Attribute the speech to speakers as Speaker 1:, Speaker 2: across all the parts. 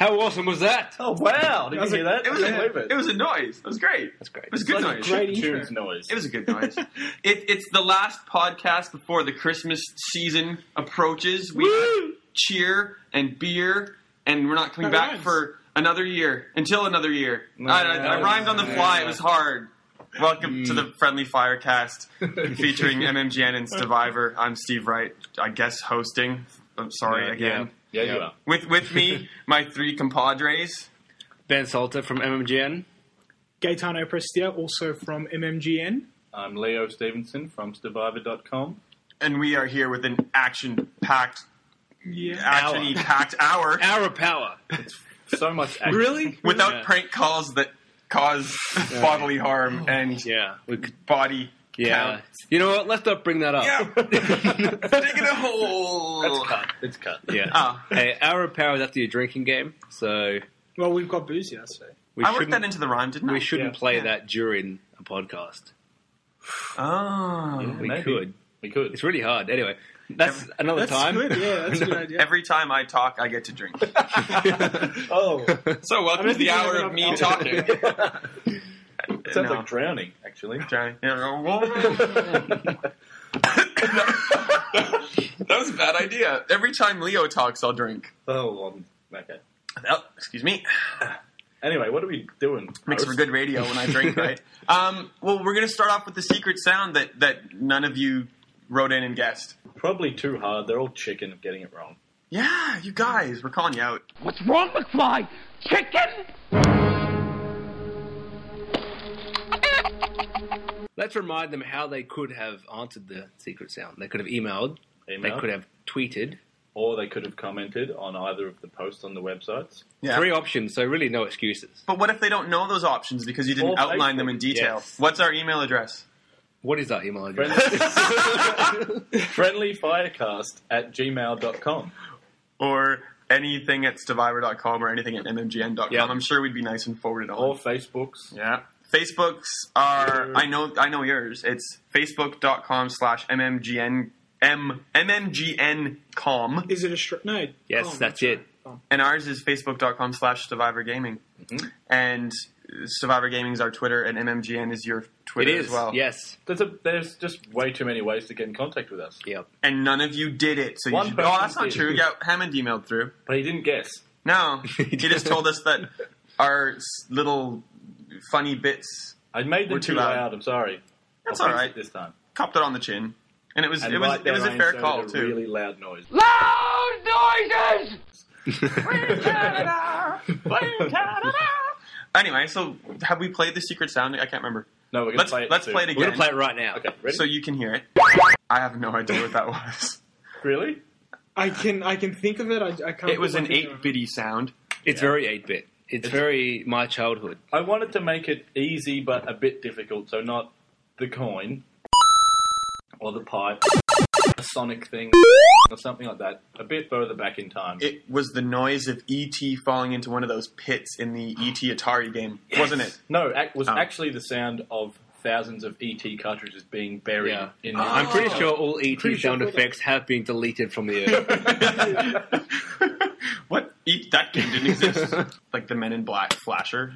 Speaker 1: awesome was that?
Speaker 2: Oh wow! Did you
Speaker 3: was
Speaker 2: hear
Speaker 3: a-
Speaker 2: that?
Speaker 3: It was,
Speaker 2: I
Speaker 3: a,
Speaker 2: can't believe it.
Speaker 3: it was a noise. It was great.
Speaker 2: That's great.
Speaker 3: It was a good
Speaker 2: It's like
Speaker 3: noise.
Speaker 2: great
Speaker 4: Chiptunes
Speaker 2: intro.
Speaker 4: noise.
Speaker 3: It was a good noise. it, it's the last podcast before the Christmas season approaches. We have cheer and beer, and we're not coming
Speaker 4: That
Speaker 3: back
Speaker 4: rhymes.
Speaker 3: for another year until another year. I, I, I
Speaker 2: Nice. Mm.
Speaker 3: rhymed on the fly. It was hard. Welcome to the Friendly Firecast, featuring MMGN and Survivor. I'm Steve Wright. I guess hosting. I'm sorry
Speaker 1: Yeah,
Speaker 3: again.
Speaker 4: Yeah, you
Speaker 1: Yeah.
Speaker 4: are.
Speaker 3: With with me, my three compadres.
Speaker 1: Dan Salter from MMGN.
Speaker 5: Gaetano Prestia, also from MMGN.
Speaker 4: I'm Leo Stevenson from Survivor.com.
Speaker 3: and we are here with an action-packed,
Speaker 5: Yeah.
Speaker 3: action-packed hour
Speaker 1: Hour of Power.
Speaker 4: So much action.
Speaker 1: Really?
Speaker 3: without
Speaker 1: Yeah.
Speaker 3: prank calls that cause bodily harm and
Speaker 1: Yeah. We could,
Speaker 3: body
Speaker 1: yeah.
Speaker 3: count.
Speaker 1: You know what? Let's not bring that up.
Speaker 3: Yeah, digging a hole.
Speaker 4: It's cut. It's cut.
Speaker 1: Yeah.
Speaker 3: Oh.
Speaker 1: Hey, Hour of Power is after your drinking game, so
Speaker 5: Well, we've got booze here, so.
Speaker 1: we
Speaker 3: I worked
Speaker 1: shouldn't,
Speaker 3: that into the rhyme, didn't I?
Speaker 1: we shouldn't
Speaker 4: Yeah.
Speaker 1: play
Speaker 3: Yeah.
Speaker 1: that during a podcast.
Speaker 3: Oh.
Speaker 1: We
Speaker 4: Maybe.
Speaker 1: could.
Speaker 4: We could.
Speaker 1: It's really hard. Anyway, that's another
Speaker 5: That's
Speaker 1: time.
Speaker 5: good, yeah, that's a good idea.
Speaker 3: Every time I talk, I get to drink.
Speaker 2: Oh,
Speaker 3: So
Speaker 5: I
Speaker 3: welcome to the
Speaker 5: don't think we
Speaker 3: hour
Speaker 5: have
Speaker 3: of me
Speaker 5: enough
Speaker 3: talking.
Speaker 4: sounds
Speaker 3: No.
Speaker 4: like drowning, actually.
Speaker 3: Okay. that was a bad idea. Every time Leo talks, I'll drink.
Speaker 4: Oh, um, okay.
Speaker 3: Oh, excuse me.
Speaker 4: Anyway, what are we doing?
Speaker 3: Makes for good radio when I drink, right? Um, well, we're going to start off with the secret sound that, that none of you wrote in and guessed.
Speaker 4: Probably too hard. They're all chicken of getting it wrong.
Speaker 3: Yeah, you guys, we're calling you out.
Speaker 6: What's wrong, McFly? Chicken?
Speaker 1: Let's remind them how they could have answered the secret sound. They could have emailed.
Speaker 4: Email.
Speaker 1: They could have tweeted.
Speaker 4: Or they could have commented on either of the posts on the websites.
Speaker 3: Yeah.
Speaker 1: Three options, so really no excuses.
Speaker 3: But what if they don't know those options because you didn't
Speaker 4: Or
Speaker 3: outline
Speaker 4: Facebook,
Speaker 3: them in detail?
Speaker 1: yes.
Speaker 3: What's our email address?
Speaker 1: What is that email address?
Speaker 4: Friendly Firecast at gmail.com.
Speaker 3: Or anything at Survivor.com or anything at MMGN.com.
Speaker 1: Yeah.
Speaker 3: I'm sure we'd be nice and forwarded on.
Speaker 4: Or Facebook's.
Speaker 3: Yeah. Facebooks are I know I know yours. It's facebook.com slash mmgn m mmgn.com
Speaker 5: Is it a str- No.
Speaker 1: Yes,
Speaker 5: oh,
Speaker 1: that's it.
Speaker 3: and ours is facebook.com slash survivor gaming. And survivor gaming is our Twitter and mmgn is your
Speaker 1: It
Speaker 3: Twitter
Speaker 1: is.
Speaker 3: as well.
Speaker 1: Yes.
Speaker 4: There's, a, there's just way too many ways to get in contact with us.
Speaker 1: Yep.
Speaker 3: And none of you did it. So you
Speaker 4: One
Speaker 3: should,
Speaker 4: person
Speaker 3: Oh, that's not
Speaker 4: did.
Speaker 3: true. Yeah, Hammond emailed through.
Speaker 4: But he didn't guess.
Speaker 3: No. he just told us that our s- little funny bits
Speaker 4: I made them
Speaker 3: We're too
Speaker 4: too
Speaker 3: loud.
Speaker 4: loud. I'm sorry.
Speaker 3: That's
Speaker 4: I'll fix
Speaker 3: all right.
Speaker 4: it this time.
Speaker 3: copped it on the chin. And it was
Speaker 4: And
Speaker 3: it was
Speaker 4: right
Speaker 3: it
Speaker 4: there,
Speaker 3: was
Speaker 4: I
Speaker 3: a fair
Speaker 4: inserted
Speaker 3: call
Speaker 4: a
Speaker 3: too.
Speaker 4: Really loud noise.
Speaker 6: Loud noises!
Speaker 3: Anyway, so have we played the secret sound? I can't remember.
Speaker 4: No, we're gonna
Speaker 3: Let's
Speaker 4: play it.
Speaker 3: let's
Speaker 4: soon.
Speaker 3: play it
Speaker 1: We're
Speaker 3: again,
Speaker 1: gonna play it right now.
Speaker 4: Okay, ready?
Speaker 3: so you can hear it. I have no idea what that was.
Speaker 4: really?
Speaker 5: I can I can think of it. I, I can't.
Speaker 3: it was
Speaker 5: put my
Speaker 3: an
Speaker 5: finger
Speaker 3: eight bitty sound.
Speaker 1: It's very eight bit. It's very my childhood.
Speaker 4: I wanted to make it easy but a bit difficult, so not the coin or the pipe, a sonic thing or something like that. A bit further back in time.
Speaker 3: It was the noise of ET falling into one of those pits in the ET Atari game, wasn't it?
Speaker 4: no, act, was
Speaker 3: Oh.
Speaker 4: actually the sound of thousands of ET cartridges being buried
Speaker 1: Yeah.
Speaker 4: in.
Speaker 3: Oh,
Speaker 4: The
Speaker 1: I'm pretty sure all ET
Speaker 4: Oh, Pretty sure
Speaker 1: sound
Speaker 4: I thought that-
Speaker 1: effects have been deleted from the earth.
Speaker 3: what? E- that game didn't exist. like the Men in Black flasher.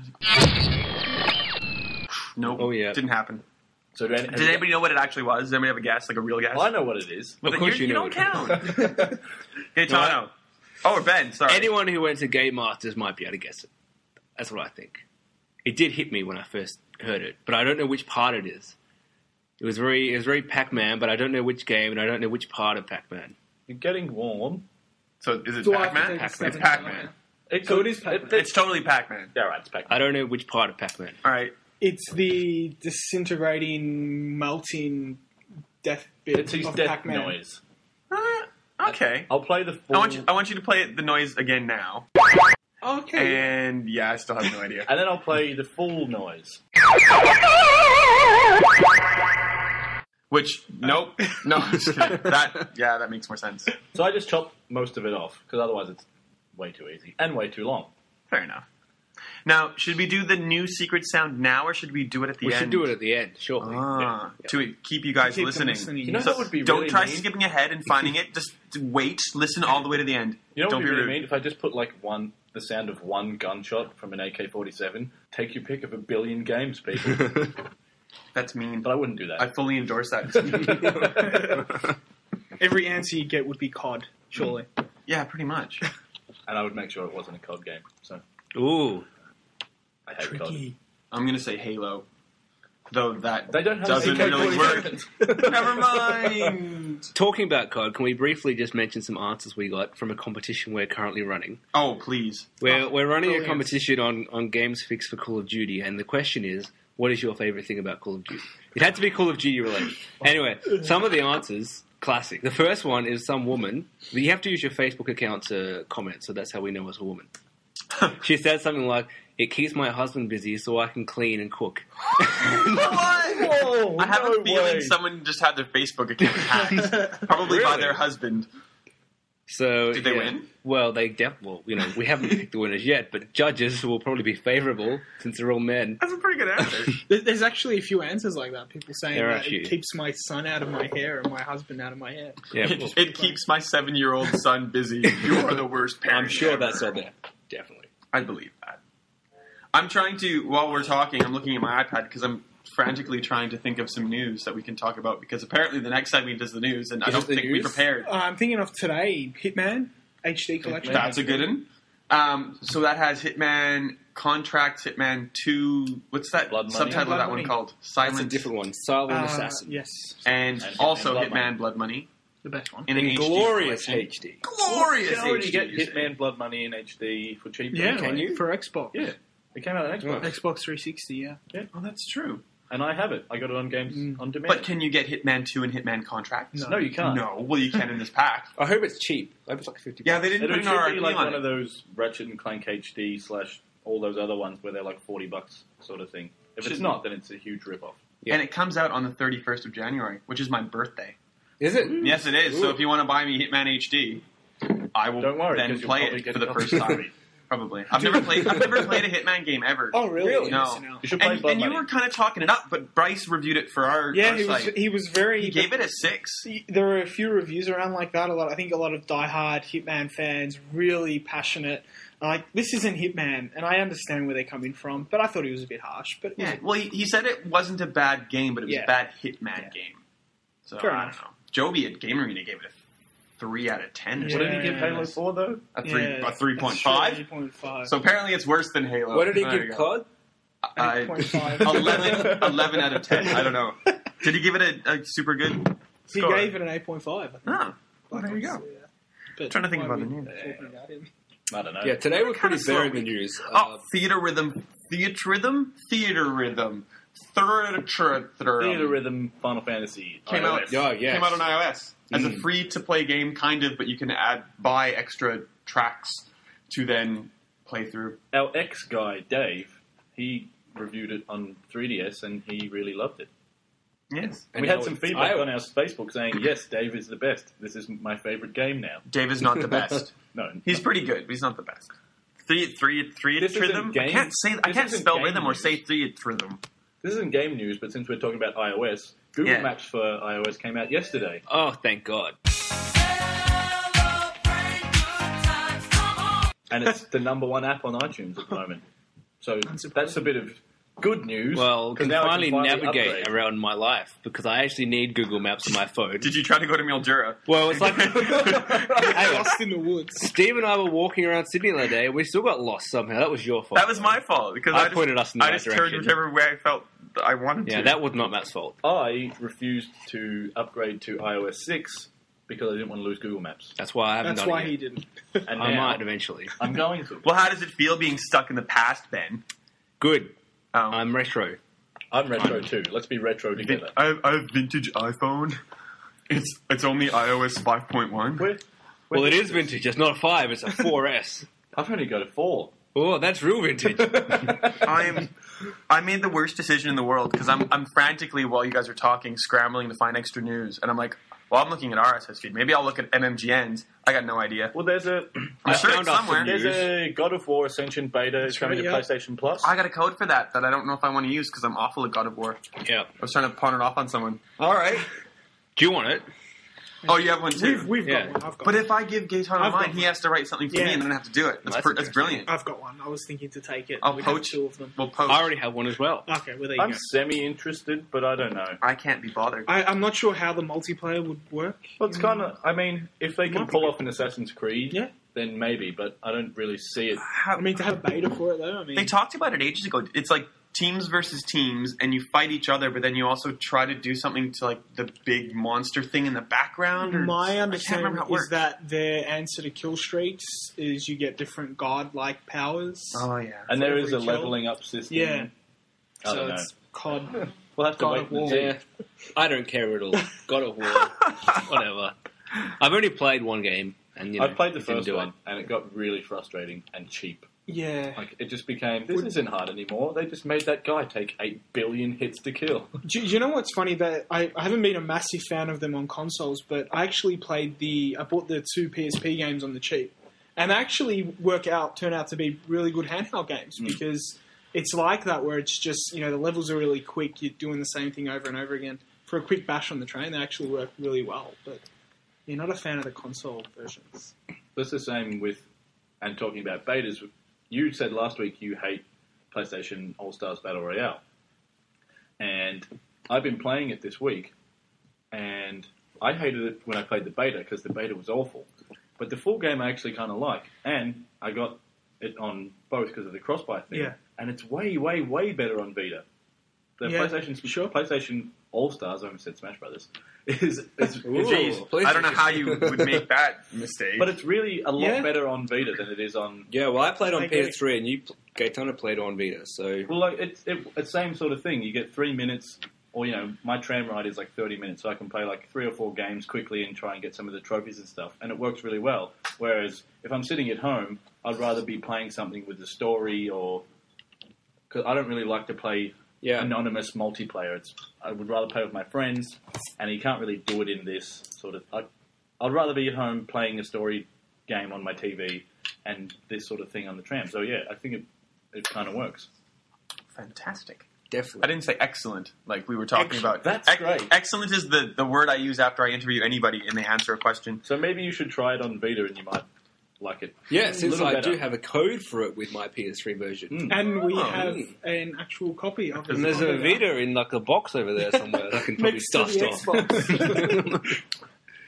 Speaker 3: Nope.
Speaker 1: Oh, yeah.
Speaker 3: Didn't happen.
Speaker 4: So do any-
Speaker 3: Did anybody know what it actually was? Does anybody have a guess? Like a real guess?
Speaker 4: I know what it is.
Speaker 1: of course
Speaker 3: you,
Speaker 1: you, know.
Speaker 3: don't
Speaker 1: it.
Speaker 3: count. Gaetano. Oh, or Ben, sorry.
Speaker 1: Anyone who went to Game Masters might be able to guess it. That's what I think. It did hit me when I first heard it, but I don't know which part it is. It was very it was very Pac-Man, but I don't know which game and I don't know which part of Pac-Man.
Speaker 4: You're getting warm.
Speaker 3: So is it
Speaker 5: Do I have to
Speaker 3: Pac-Man?
Speaker 5: take a
Speaker 3: It's
Speaker 5: second?
Speaker 3: Pac-Man.
Speaker 4: It
Speaker 5: So
Speaker 4: could-
Speaker 5: it is Pac-Man.
Speaker 4: it-
Speaker 3: It's totally Pac-Man.
Speaker 4: yeah, right, it's Pac-Man.
Speaker 1: I don't know which part of Pac-Man.
Speaker 3: All right.
Speaker 5: It's the disintegrating, melting death bit
Speaker 4: It's his
Speaker 5: of
Speaker 4: death
Speaker 5: Pac-Man.
Speaker 4: noise.
Speaker 3: Uh, okay.
Speaker 4: I'll play the full,
Speaker 3: I want you. I want you to play the noise again now.
Speaker 5: Okay.
Speaker 3: And yeah, I still have no idea.
Speaker 4: and then I'll play the full noise.
Speaker 3: Which nope, no. I'm just kidding. that yeah, that makes more sense.
Speaker 4: So I just chop most of it off because otherwise it's way too easy and way too long.
Speaker 3: Fair enough. Now, should we do the new secret sound now, or should we do it at the
Speaker 1: We
Speaker 3: end?
Speaker 1: should do it at the end, sure.
Speaker 3: Ah, to keep you guys
Speaker 5: Keep them
Speaker 3: listening.
Speaker 5: listening.
Speaker 4: You know
Speaker 3: So
Speaker 4: that would be
Speaker 3: don't
Speaker 4: really
Speaker 3: try
Speaker 4: mean?
Speaker 3: skipping ahead and finding it. Just wait. Listen all the way to the end.
Speaker 4: You know
Speaker 3: don't
Speaker 4: what would be really
Speaker 3: rude.
Speaker 4: mean if I just put like one the sound of one gunshot from an AK-47. Take your pick of a billion games, people.
Speaker 3: That's mean.
Speaker 4: but I wouldn't do
Speaker 3: I
Speaker 4: that.
Speaker 3: fully endorse that.
Speaker 5: Every answer you get would be COD, surely.
Speaker 3: yeah, pretty much.
Speaker 4: and I would make sure it wasn't a COD game. So
Speaker 1: Ooh,
Speaker 4: I hate COD.
Speaker 5: Tricky.
Speaker 3: I'm gonna say Halo, though that
Speaker 4: They don't have
Speaker 3: doesn't really work.
Speaker 4: AK-47s.
Speaker 3: Never mind.
Speaker 1: talking about COD, can we briefly just mention some answers we got from a competition we're currently running?
Speaker 3: Oh please.
Speaker 1: We're, we're running a
Speaker 5: brilliant.
Speaker 1: competition on, on Games Fix for Call of Duty, and the question is, what is your favorite thing about Call of Duty? It had to be Call of Duty related. Anyway, some of the answers, classic. The first one is some woman. You have to use your Facebook account to comment, so that's how we know it's a woman. She said something like, It keeps my husband busy so I can clean and cook.
Speaker 3: I have
Speaker 4: no
Speaker 3: a feeling
Speaker 4: way.
Speaker 3: someone just had their Facebook account hacked, probably by
Speaker 1: Really?
Speaker 3: their husband.
Speaker 1: So
Speaker 3: Did they
Speaker 1: yeah.
Speaker 3: win?
Speaker 1: Well, they def- well, you know, we haven't picked the winners yet, but judges will probably be favourable since they're all men.
Speaker 3: That's a pretty good answer.
Speaker 5: There- There's actually a few answers like that. People saying
Speaker 1: There are
Speaker 5: that
Speaker 1: a few.
Speaker 5: it keeps my son out of my hair and my husband out of my hair.
Speaker 1: Yeah, well,
Speaker 3: it, it keeps my seven-year-old son busy. You are the worst parent.
Speaker 1: I'm sure
Speaker 3: ever.
Speaker 1: that's on there. Definitely.
Speaker 3: I believe that. I'm trying to, while we're talking, I'm looking at my iPad because I'm frantically trying to think of some news that we can talk about because apparently the next segment is the news and
Speaker 1: Is
Speaker 3: I
Speaker 1: it
Speaker 3: don't
Speaker 1: the
Speaker 3: think we
Speaker 1: news? Oh,
Speaker 3: prepared.
Speaker 5: Uh, I'm thinking of today, Hitman HD collection.
Speaker 3: That's a good one. Um, so that has Hitman Contract, Hitman 2. What's that
Speaker 4: Blood Money.
Speaker 3: subtitle of
Speaker 5: Blood
Speaker 3: that one
Speaker 5: Money.
Speaker 3: called?
Speaker 1: That's a
Speaker 3: Silent.
Speaker 1: different one. Silent
Speaker 5: Uh,
Speaker 1: Assassin.
Speaker 5: yes,
Speaker 4: And
Speaker 3: And,
Speaker 4: Hitman
Speaker 3: also
Speaker 4: Blood
Speaker 3: Hitman
Speaker 4: Money.
Speaker 3: Blood Money
Speaker 5: the best one.
Speaker 3: in an HD
Speaker 1: Inglorious
Speaker 3: collection.
Speaker 1: HD.
Speaker 3: Glorious
Speaker 4: You already
Speaker 3: HD,
Speaker 4: get
Speaker 3: you say.
Speaker 4: Hitman Blood Money in HD for cheap.
Speaker 5: Yeah,
Speaker 1: Can you?
Speaker 5: for Xbox?
Speaker 4: Yeah. It came out on Xbox,
Speaker 5: Xbox 360. Yeah,
Speaker 3: Oh, that's true.
Speaker 4: and I have it. I got it on games
Speaker 5: Mm.
Speaker 4: on demand.
Speaker 3: But can you get Hitman 2 and Hitman Contract?
Speaker 5: No.
Speaker 4: no, you can't.
Speaker 3: No. Well, you can in this pack.
Speaker 1: I hope it's cheap. I hope it's like fifty.
Speaker 3: Yeah, they
Speaker 4: It
Speaker 3: didn't put
Speaker 4: would
Speaker 3: an RRP
Speaker 4: be like
Speaker 3: on
Speaker 4: one
Speaker 3: it.
Speaker 4: of those Ratchet and Clank HD slash all those other ones where they're like forty bucks sort of thing. If it's
Speaker 3: Shouldn't-
Speaker 4: not, then it's a huge rip off.
Speaker 1: Yeah.
Speaker 3: And it comes out on the 31st of January, which is my birthday.
Speaker 1: Is it?
Speaker 3: Yes, it is. So if you want to buy me Hitman HD, I will
Speaker 4: Don't worry,
Speaker 3: then
Speaker 4: 'cause you'll
Speaker 3: play
Speaker 4: probably
Speaker 3: it
Speaker 4: get
Speaker 3: for the
Speaker 4: it on
Speaker 3: first
Speaker 4: the
Speaker 3: time.
Speaker 4: street.
Speaker 3: probably. I've never played. I've never played a Hitman game ever.
Speaker 5: Oh, really? Really?
Speaker 3: No.
Speaker 5: Missing out.
Speaker 4: You should play
Speaker 3: And,
Speaker 4: Blood
Speaker 3: and you
Speaker 4: Money.
Speaker 3: were kind of talking it up, but Bryce reviewed it for our,
Speaker 5: yeah.
Speaker 3: our
Speaker 5: He was
Speaker 3: site.
Speaker 5: he was very.
Speaker 3: He gave it a six.
Speaker 5: there were a few reviews around like that. A lot, I think, a lot of diehard Hitman fans really passionate. are Like this isn't Hitman, and I understand where they're coming from, but I thought he was a bit harsh. But
Speaker 3: Yeah. Well, he, he said it wasn't a bad game, but it was
Speaker 5: Yeah.
Speaker 3: a bad Hitman game. So
Speaker 5: Fair
Speaker 3: I
Speaker 5: enough.
Speaker 3: don't know. Joby at Game Arena gave it a three out of ten. or
Speaker 5: Yeah.
Speaker 4: What
Speaker 3: something.
Speaker 4: did he give Halo for though?
Speaker 3: A three. a three point five.
Speaker 5: Three point five.
Speaker 3: So uh, apparently it's worse than Halo.
Speaker 1: What did he
Speaker 3: There you
Speaker 1: give
Speaker 3: go.
Speaker 1: COD?
Speaker 3: I-
Speaker 5: 8.5.
Speaker 3: 11, 11 out of 10. I don't know. Did he give it a, a super good?
Speaker 5: he
Speaker 3: score.
Speaker 5: gave it an eight point five. I think.
Speaker 3: Oh, well,
Speaker 5: Like,
Speaker 3: there we go.
Speaker 5: obviously, yeah. But
Speaker 3: trying to think
Speaker 5: why
Speaker 3: about
Speaker 5: we
Speaker 3: the name.
Speaker 5: talking about him?
Speaker 4: I don't know.
Speaker 1: Yeah, today we're
Speaker 3: Kinda
Speaker 1: pretty buried in
Speaker 3: slow.
Speaker 1: the news.
Speaker 3: Oh,
Speaker 1: Uh,
Speaker 3: theater rhythm, theater rhythm, theater rhythm, theater
Speaker 4: Theater Rhythm Final Fantasy
Speaker 3: Came
Speaker 4: iOS.
Speaker 3: out-
Speaker 1: oh, yes.
Speaker 3: Came out on iOS as a
Speaker 4: Mm.
Speaker 3: free to play game, kind of, but you can add buy extra tracks to then play through.
Speaker 4: Our ex guy Dave, he reviewed it on 3DS and he really loved it.
Speaker 3: Yes,
Speaker 1: and
Speaker 4: we had
Speaker 1: now
Speaker 4: some
Speaker 1: it's
Speaker 4: feedback
Speaker 1: iOS.
Speaker 4: on our Facebook saying, "Yes, Dave is the best. This is my favorite game now."
Speaker 3: Dave is not the best.
Speaker 4: No,
Speaker 3: He's pretty good, but he's not the best. Three, three, three,
Speaker 4: This isn't
Speaker 3: rhythm. I
Speaker 4: game-
Speaker 3: can't say. I
Speaker 4: this
Speaker 3: can't
Speaker 4: isn't
Speaker 3: spell
Speaker 4: game
Speaker 3: rhythm or
Speaker 4: news.
Speaker 3: say three rhythm.
Speaker 4: This isn't game news, but since we're talking about iOS, Google
Speaker 3: Yeah.
Speaker 4: Maps for iOS came out yesterday.
Speaker 1: Oh, thank God.
Speaker 4: and it's the number one app on iTunes at the moment. So that's a bit of good news.
Speaker 1: Well, we
Speaker 4: 'cause
Speaker 1: can
Speaker 4: now I
Speaker 1: finally, navigate
Speaker 4: upgrade.
Speaker 1: around my life because I actually need Google Maps on my phone.
Speaker 3: Did you try to go to Mildura?
Speaker 1: well, it's like
Speaker 5: Hey,
Speaker 1: Hey,
Speaker 5: lost in the woods.
Speaker 1: Steve and I were walking around Sydney the other day. and We still got lost somehow. That was your fault.
Speaker 3: That was my fault because
Speaker 1: I
Speaker 3: I, just,
Speaker 1: pointed us in the
Speaker 3: I
Speaker 1: right
Speaker 3: just
Speaker 1: direction.
Speaker 3: turned whichever way I felt that I wanted
Speaker 1: Yeah,
Speaker 3: to.
Speaker 1: that was not Matt's fault.
Speaker 4: I refused to upgrade to iOS six because I didn't want to lose Google Maps,
Speaker 1: That's why I haven't
Speaker 5: That's
Speaker 1: done
Speaker 5: why
Speaker 1: it.
Speaker 5: he
Speaker 1: Yet.
Speaker 5: didn't.
Speaker 4: and
Speaker 1: I
Speaker 4: now
Speaker 1: might eventually.
Speaker 4: I'm going to.
Speaker 3: well, how does it feel being stuck in the past, Ben?
Speaker 1: Good.
Speaker 3: Um,
Speaker 1: I'm retro.
Speaker 4: I'm retro too. Let's be retro
Speaker 3: vin-
Speaker 4: together.
Speaker 3: I, have, I have vintage iPhone. It's it's only iOS five point one.
Speaker 4: We're- we're-
Speaker 1: Well, it is vintage. It's not a five. It's a 4S.
Speaker 4: I've only got a four.
Speaker 1: oh, that's real vintage.
Speaker 3: I am. I made the worst decision in the world because I'm I'm frantically while you guys are talking scrambling to find extra news, and I'm like, well, I'm looking at RSS feed. Maybe I'll look at MMGN's. I got no idea.
Speaker 4: Well, there's a
Speaker 3: I'm sure
Speaker 1: found
Speaker 3: it's
Speaker 1: out
Speaker 3: somewhere.
Speaker 1: some news.
Speaker 4: there's a God of War Ascension beta it's coming
Speaker 5: right,
Speaker 4: to
Speaker 5: yeah.
Speaker 4: PlayStation Plus.
Speaker 3: I got a code for that that I don't know if I want to use because I'm awful at God of War. I
Speaker 1: yeah.
Speaker 3: was trying to pawn it off on someone. All right.
Speaker 1: Do you want it?
Speaker 3: Oh, you have one too.
Speaker 5: We've, we've
Speaker 1: Yeah.
Speaker 5: got one. I've got
Speaker 3: but
Speaker 5: one.
Speaker 3: if I give Gaetano
Speaker 5: I've got
Speaker 3: mine, he has to write something for
Speaker 5: Yeah.
Speaker 3: me, and then I have to do it. That's,
Speaker 1: That's
Speaker 3: per- that's
Speaker 1: interesting.
Speaker 3: brilliant.
Speaker 5: I've got one. I was thinking to take it.
Speaker 3: I'll
Speaker 5: We have
Speaker 3: poach-
Speaker 5: two of them.
Speaker 3: Well, post.
Speaker 1: I already have one as well.
Speaker 5: Okay, well there you
Speaker 4: I'm
Speaker 5: go.
Speaker 4: semi interested, but I don't know.
Speaker 3: I can't be bothered.
Speaker 5: I, I'm not sure how the multiplayer would work.
Speaker 4: Well, it's kind of. I mean, if they can
Speaker 5: Might be
Speaker 4: pull
Speaker 5: good.
Speaker 4: off an Assassin's Creed,
Speaker 5: Yeah.
Speaker 4: then maybe. But I don't really see it.
Speaker 5: I mean, to have a beta for it though. I mean,
Speaker 3: They talked about it ages ago. It's like teams versus teams, and you fight each other, but then you also try to do something to like the big monster thing in the background. Or
Speaker 5: My
Speaker 3: I can't remember
Speaker 5: understanding
Speaker 3: how it
Speaker 5: is
Speaker 3: works.
Speaker 5: that their answer to kill streaks is you get different god-like powers.
Speaker 3: Oh yeah.
Speaker 4: And there is a
Speaker 5: Every kill.
Speaker 4: leveling up system.
Speaker 5: yeah,
Speaker 4: I
Speaker 5: so
Speaker 4: don't know.
Speaker 5: it's COD.
Speaker 4: We'll have to
Speaker 5: God
Speaker 4: wait
Speaker 5: of
Speaker 4: and
Speaker 5: War.
Speaker 4: see.
Speaker 1: Yeah, I don't care at all. God of War, whatever. I've only played one game, and you know,
Speaker 4: I played the
Speaker 1: it didn't
Speaker 4: first
Speaker 1: do
Speaker 4: one,
Speaker 1: It.
Speaker 4: and it got really frustrating and cheap.
Speaker 5: Yeah.
Speaker 4: Like it just became this isn't hard anymore. They just made that guy take eight billion hits to kill.
Speaker 5: Do, do you know what's funny? That I, I haven't been a massive fan of them on consoles, but I actually played the. I bought the two PSP games on the cheap, and they actually work out turn out to be really good handheld games
Speaker 1: Hmm.
Speaker 5: because it's like that where it's just you know the levels are really quick. You're doing the same thing over and over again for a quick bash on the train. They actually work really well, but you're not a fan of the console versions.
Speaker 4: That's the same with and talking about betas. You said last week you hate PlayStation All Stars Battle Royale, and I've been playing it this week, and I hated it when I played the beta because the beta was awful. But the full game I actually kind of like, and I got it on both because of the cross-buy thing,
Speaker 5: Yeah.
Speaker 4: and it's way, way, way better on Vita. The
Speaker 5: Yeah,
Speaker 4: PlayStation, sure, PlayStation All Stars. I almost said Smash Brothers. Is, is, is
Speaker 3: Jeez, I don't know how you would make that mistake.
Speaker 4: but it's really a lot
Speaker 5: Yeah.
Speaker 4: better on Vita than it is on.
Speaker 1: Yeah, well, I played on
Speaker 5: I agree.
Speaker 1: PS3, and you, pl- Gaetano played on Vita. So
Speaker 4: Well, like it's it, it's same sort of thing. You get three minutes, or you know, my tram ride is like thirty minutes, so I can play like three or four games quickly and try and get some of the trophies and stuff, and it works really well. Whereas if I'm sitting at home, I'd rather be playing something with a story or because I don't really like to play
Speaker 1: yeah,
Speaker 4: anonymous multiplayer. It's I would rather play with my friends, and you can't really do it in this sort of. I, I'd rather be at home playing a story game on my TV and this sort of thing on the tram. So yeah, I think it it kind of works.
Speaker 3: fantastic. I
Speaker 1: definitely.
Speaker 3: didn't say excellent, like we were talking
Speaker 4: Excellent.
Speaker 3: about.
Speaker 4: That's great.
Speaker 3: Excellent is the, the word I use after I interview anybody and they answer a question.
Speaker 4: So maybe you should try it on Vita, and you might like it.
Speaker 1: Yeah,
Speaker 4: a
Speaker 1: since
Speaker 4: little
Speaker 1: I
Speaker 4: better.
Speaker 1: do have a code for it with my PS3 version.
Speaker 4: Mm.
Speaker 5: And we
Speaker 3: Oh.
Speaker 5: have an actual copy of
Speaker 1: And there's a Vita in like a box over there somewhere that I can probably
Speaker 5: Next to
Speaker 1: dust
Speaker 5: the
Speaker 1: off.
Speaker 5: Xbox.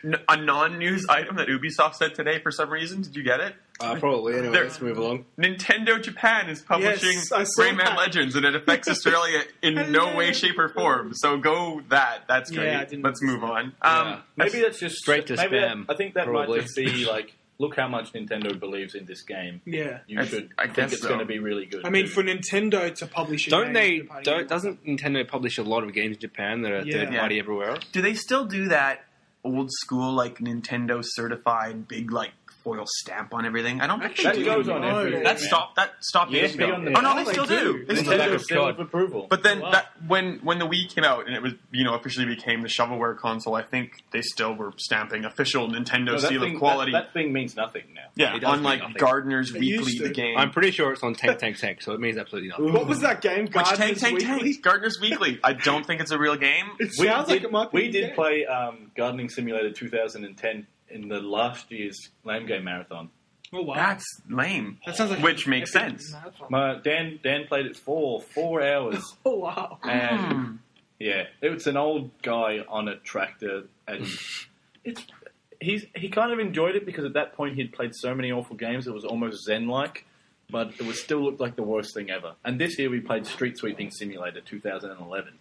Speaker 3: N- a non news item that Ubisoft said today for some reason. Did you get it?
Speaker 1: uh, probably anyway.
Speaker 3: There-
Speaker 1: Let's move along.
Speaker 3: Nintendo Japan is publishing
Speaker 5: Yes, I saw
Speaker 3: Rayman
Speaker 5: that.
Speaker 3: Legends, and it affects Australia in no way, shape, or form. So go that. That's
Speaker 5: Yeah,
Speaker 3: great.
Speaker 5: I didn't
Speaker 3: Let's move on.
Speaker 1: Yeah.
Speaker 3: Um,
Speaker 4: Maybe that's just
Speaker 1: Straight to
Speaker 4: maybe that-
Speaker 1: spam,
Speaker 4: I think that
Speaker 1: probably.
Speaker 4: might just be like, look how much Nintendo believes in this game.
Speaker 5: yeah.
Speaker 4: You
Speaker 3: That's-
Speaker 4: should.
Speaker 3: I
Speaker 4: think
Speaker 3: guess
Speaker 4: it's
Speaker 3: so.
Speaker 4: going to be really good.
Speaker 5: I mean,
Speaker 4: too.
Speaker 5: for Nintendo to publish, a
Speaker 1: Don't
Speaker 5: game
Speaker 1: they?
Speaker 5: third-party
Speaker 1: Don't,
Speaker 5: game-
Speaker 1: doesn't Nintendo publish a lot of games in Japan that are
Speaker 5: Yeah.
Speaker 1: third party everywhere else?
Speaker 3: do they still do that old school, like Nintendo certified, big, like foil stamp on everything? I don't think
Speaker 4: that
Speaker 3: they do.
Speaker 4: goes on
Speaker 5: No,
Speaker 4: every.
Speaker 3: That stopped. That stopped.
Speaker 4: Yeah,
Speaker 3: years ago.
Speaker 4: be on the-
Speaker 3: oh no,
Speaker 5: Oh,
Speaker 3: they
Speaker 5: they
Speaker 3: still
Speaker 5: do.
Speaker 3: do. They still
Speaker 4: Nintendo
Speaker 3: do.
Speaker 4: seal
Speaker 1: God.
Speaker 4: of approval.
Speaker 3: But then
Speaker 4: Wow.
Speaker 3: that, when when the Wii came out and it was you know officially became the shovelware console, I think they still were stamping official Nintendo
Speaker 4: No, that
Speaker 3: seal
Speaker 4: thing-
Speaker 3: of quality.
Speaker 4: That, that thing means nothing now.
Speaker 1: It
Speaker 3: yeah,
Speaker 1: does mean
Speaker 3: unlike
Speaker 1: nothing.
Speaker 3: Gardener's
Speaker 5: They
Speaker 3: Weekly,
Speaker 5: used
Speaker 3: the
Speaker 5: to.
Speaker 3: game.
Speaker 1: I'm pretty sure it's on Tank Tank Tank, so it means absolutely nothing.
Speaker 5: What was that game?
Speaker 3: which
Speaker 5: Gardeners
Speaker 3: tank, tank,
Speaker 5: Weekly?
Speaker 3: tank. Gardener's Weekly. I don't think it's a real game.
Speaker 5: It sounds like it might be.
Speaker 4: we
Speaker 5: a
Speaker 4: did
Speaker 5: game.
Speaker 4: play um, Gardening Simulator 2010 in the last year's Lame Game Marathon.
Speaker 5: Oh wow,
Speaker 3: That's lame.
Speaker 5: that sounds like
Speaker 3: which
Speaker 5: an
Speaker 3: makes
Speaker 5: epic
Speaker 3: sense.
Speaker 5: marathon.
Speaker 4: My, Dan Dan played it for four hours,
Speaker 5: Oh wow,
Speaker 3: Hmm.
Speaker 4: and yeah, it was an old guy on a tractor, and it's he's he kind of enjoyed it because at that point he'd played so many awful games it was almost zen like. But it was still looked like the worst thing ever. And this year we played Street Sweeping Simulator 2011.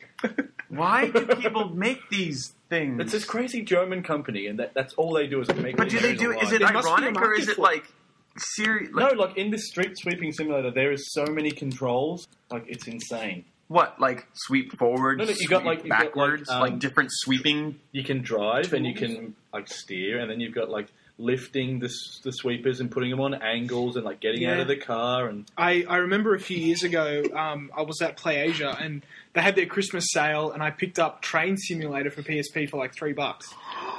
Speaker 3: Why do people make these things?
Speaker 4: It's this crazy German company, and that, that's all they do is make.
Speaker 3: but do they
Speaker 4: games
Speaker 3: do?
Speaker 4: online.
Speaker 3: Is it
Speaker 5: There must be a
Speaker 3: ironic or is
Speaker 5: market
Speaker 3: it
Speaker 5: for
Speaker 3: like serious?
Speaker 4: No,
Speaker 3: Like,
Speaker 4: like in this street sweeping simulator, there is so many controls. Like it's insane.
Speaker 3: What like sweep forward?
Speaker 4: No, no, you
Speaker 3: sweep
Speaker 4: got, like- you got, like,
Speaker 3: backwards,
Speaker 4: um,
Speaker 3: like different sweeping
Speaker 4: You can drive and you can like steer, and then you've got like lifting the s- the sweepers and putting them on angles and like getting out
Speaker 5: Yeah.
Speaker 4: of the car and
Speaker 5: I, I remember a few years ago, um, I was at Play Asia and they had their Christmas sale, and I picked up Train Simulator for PSP for like three bucks.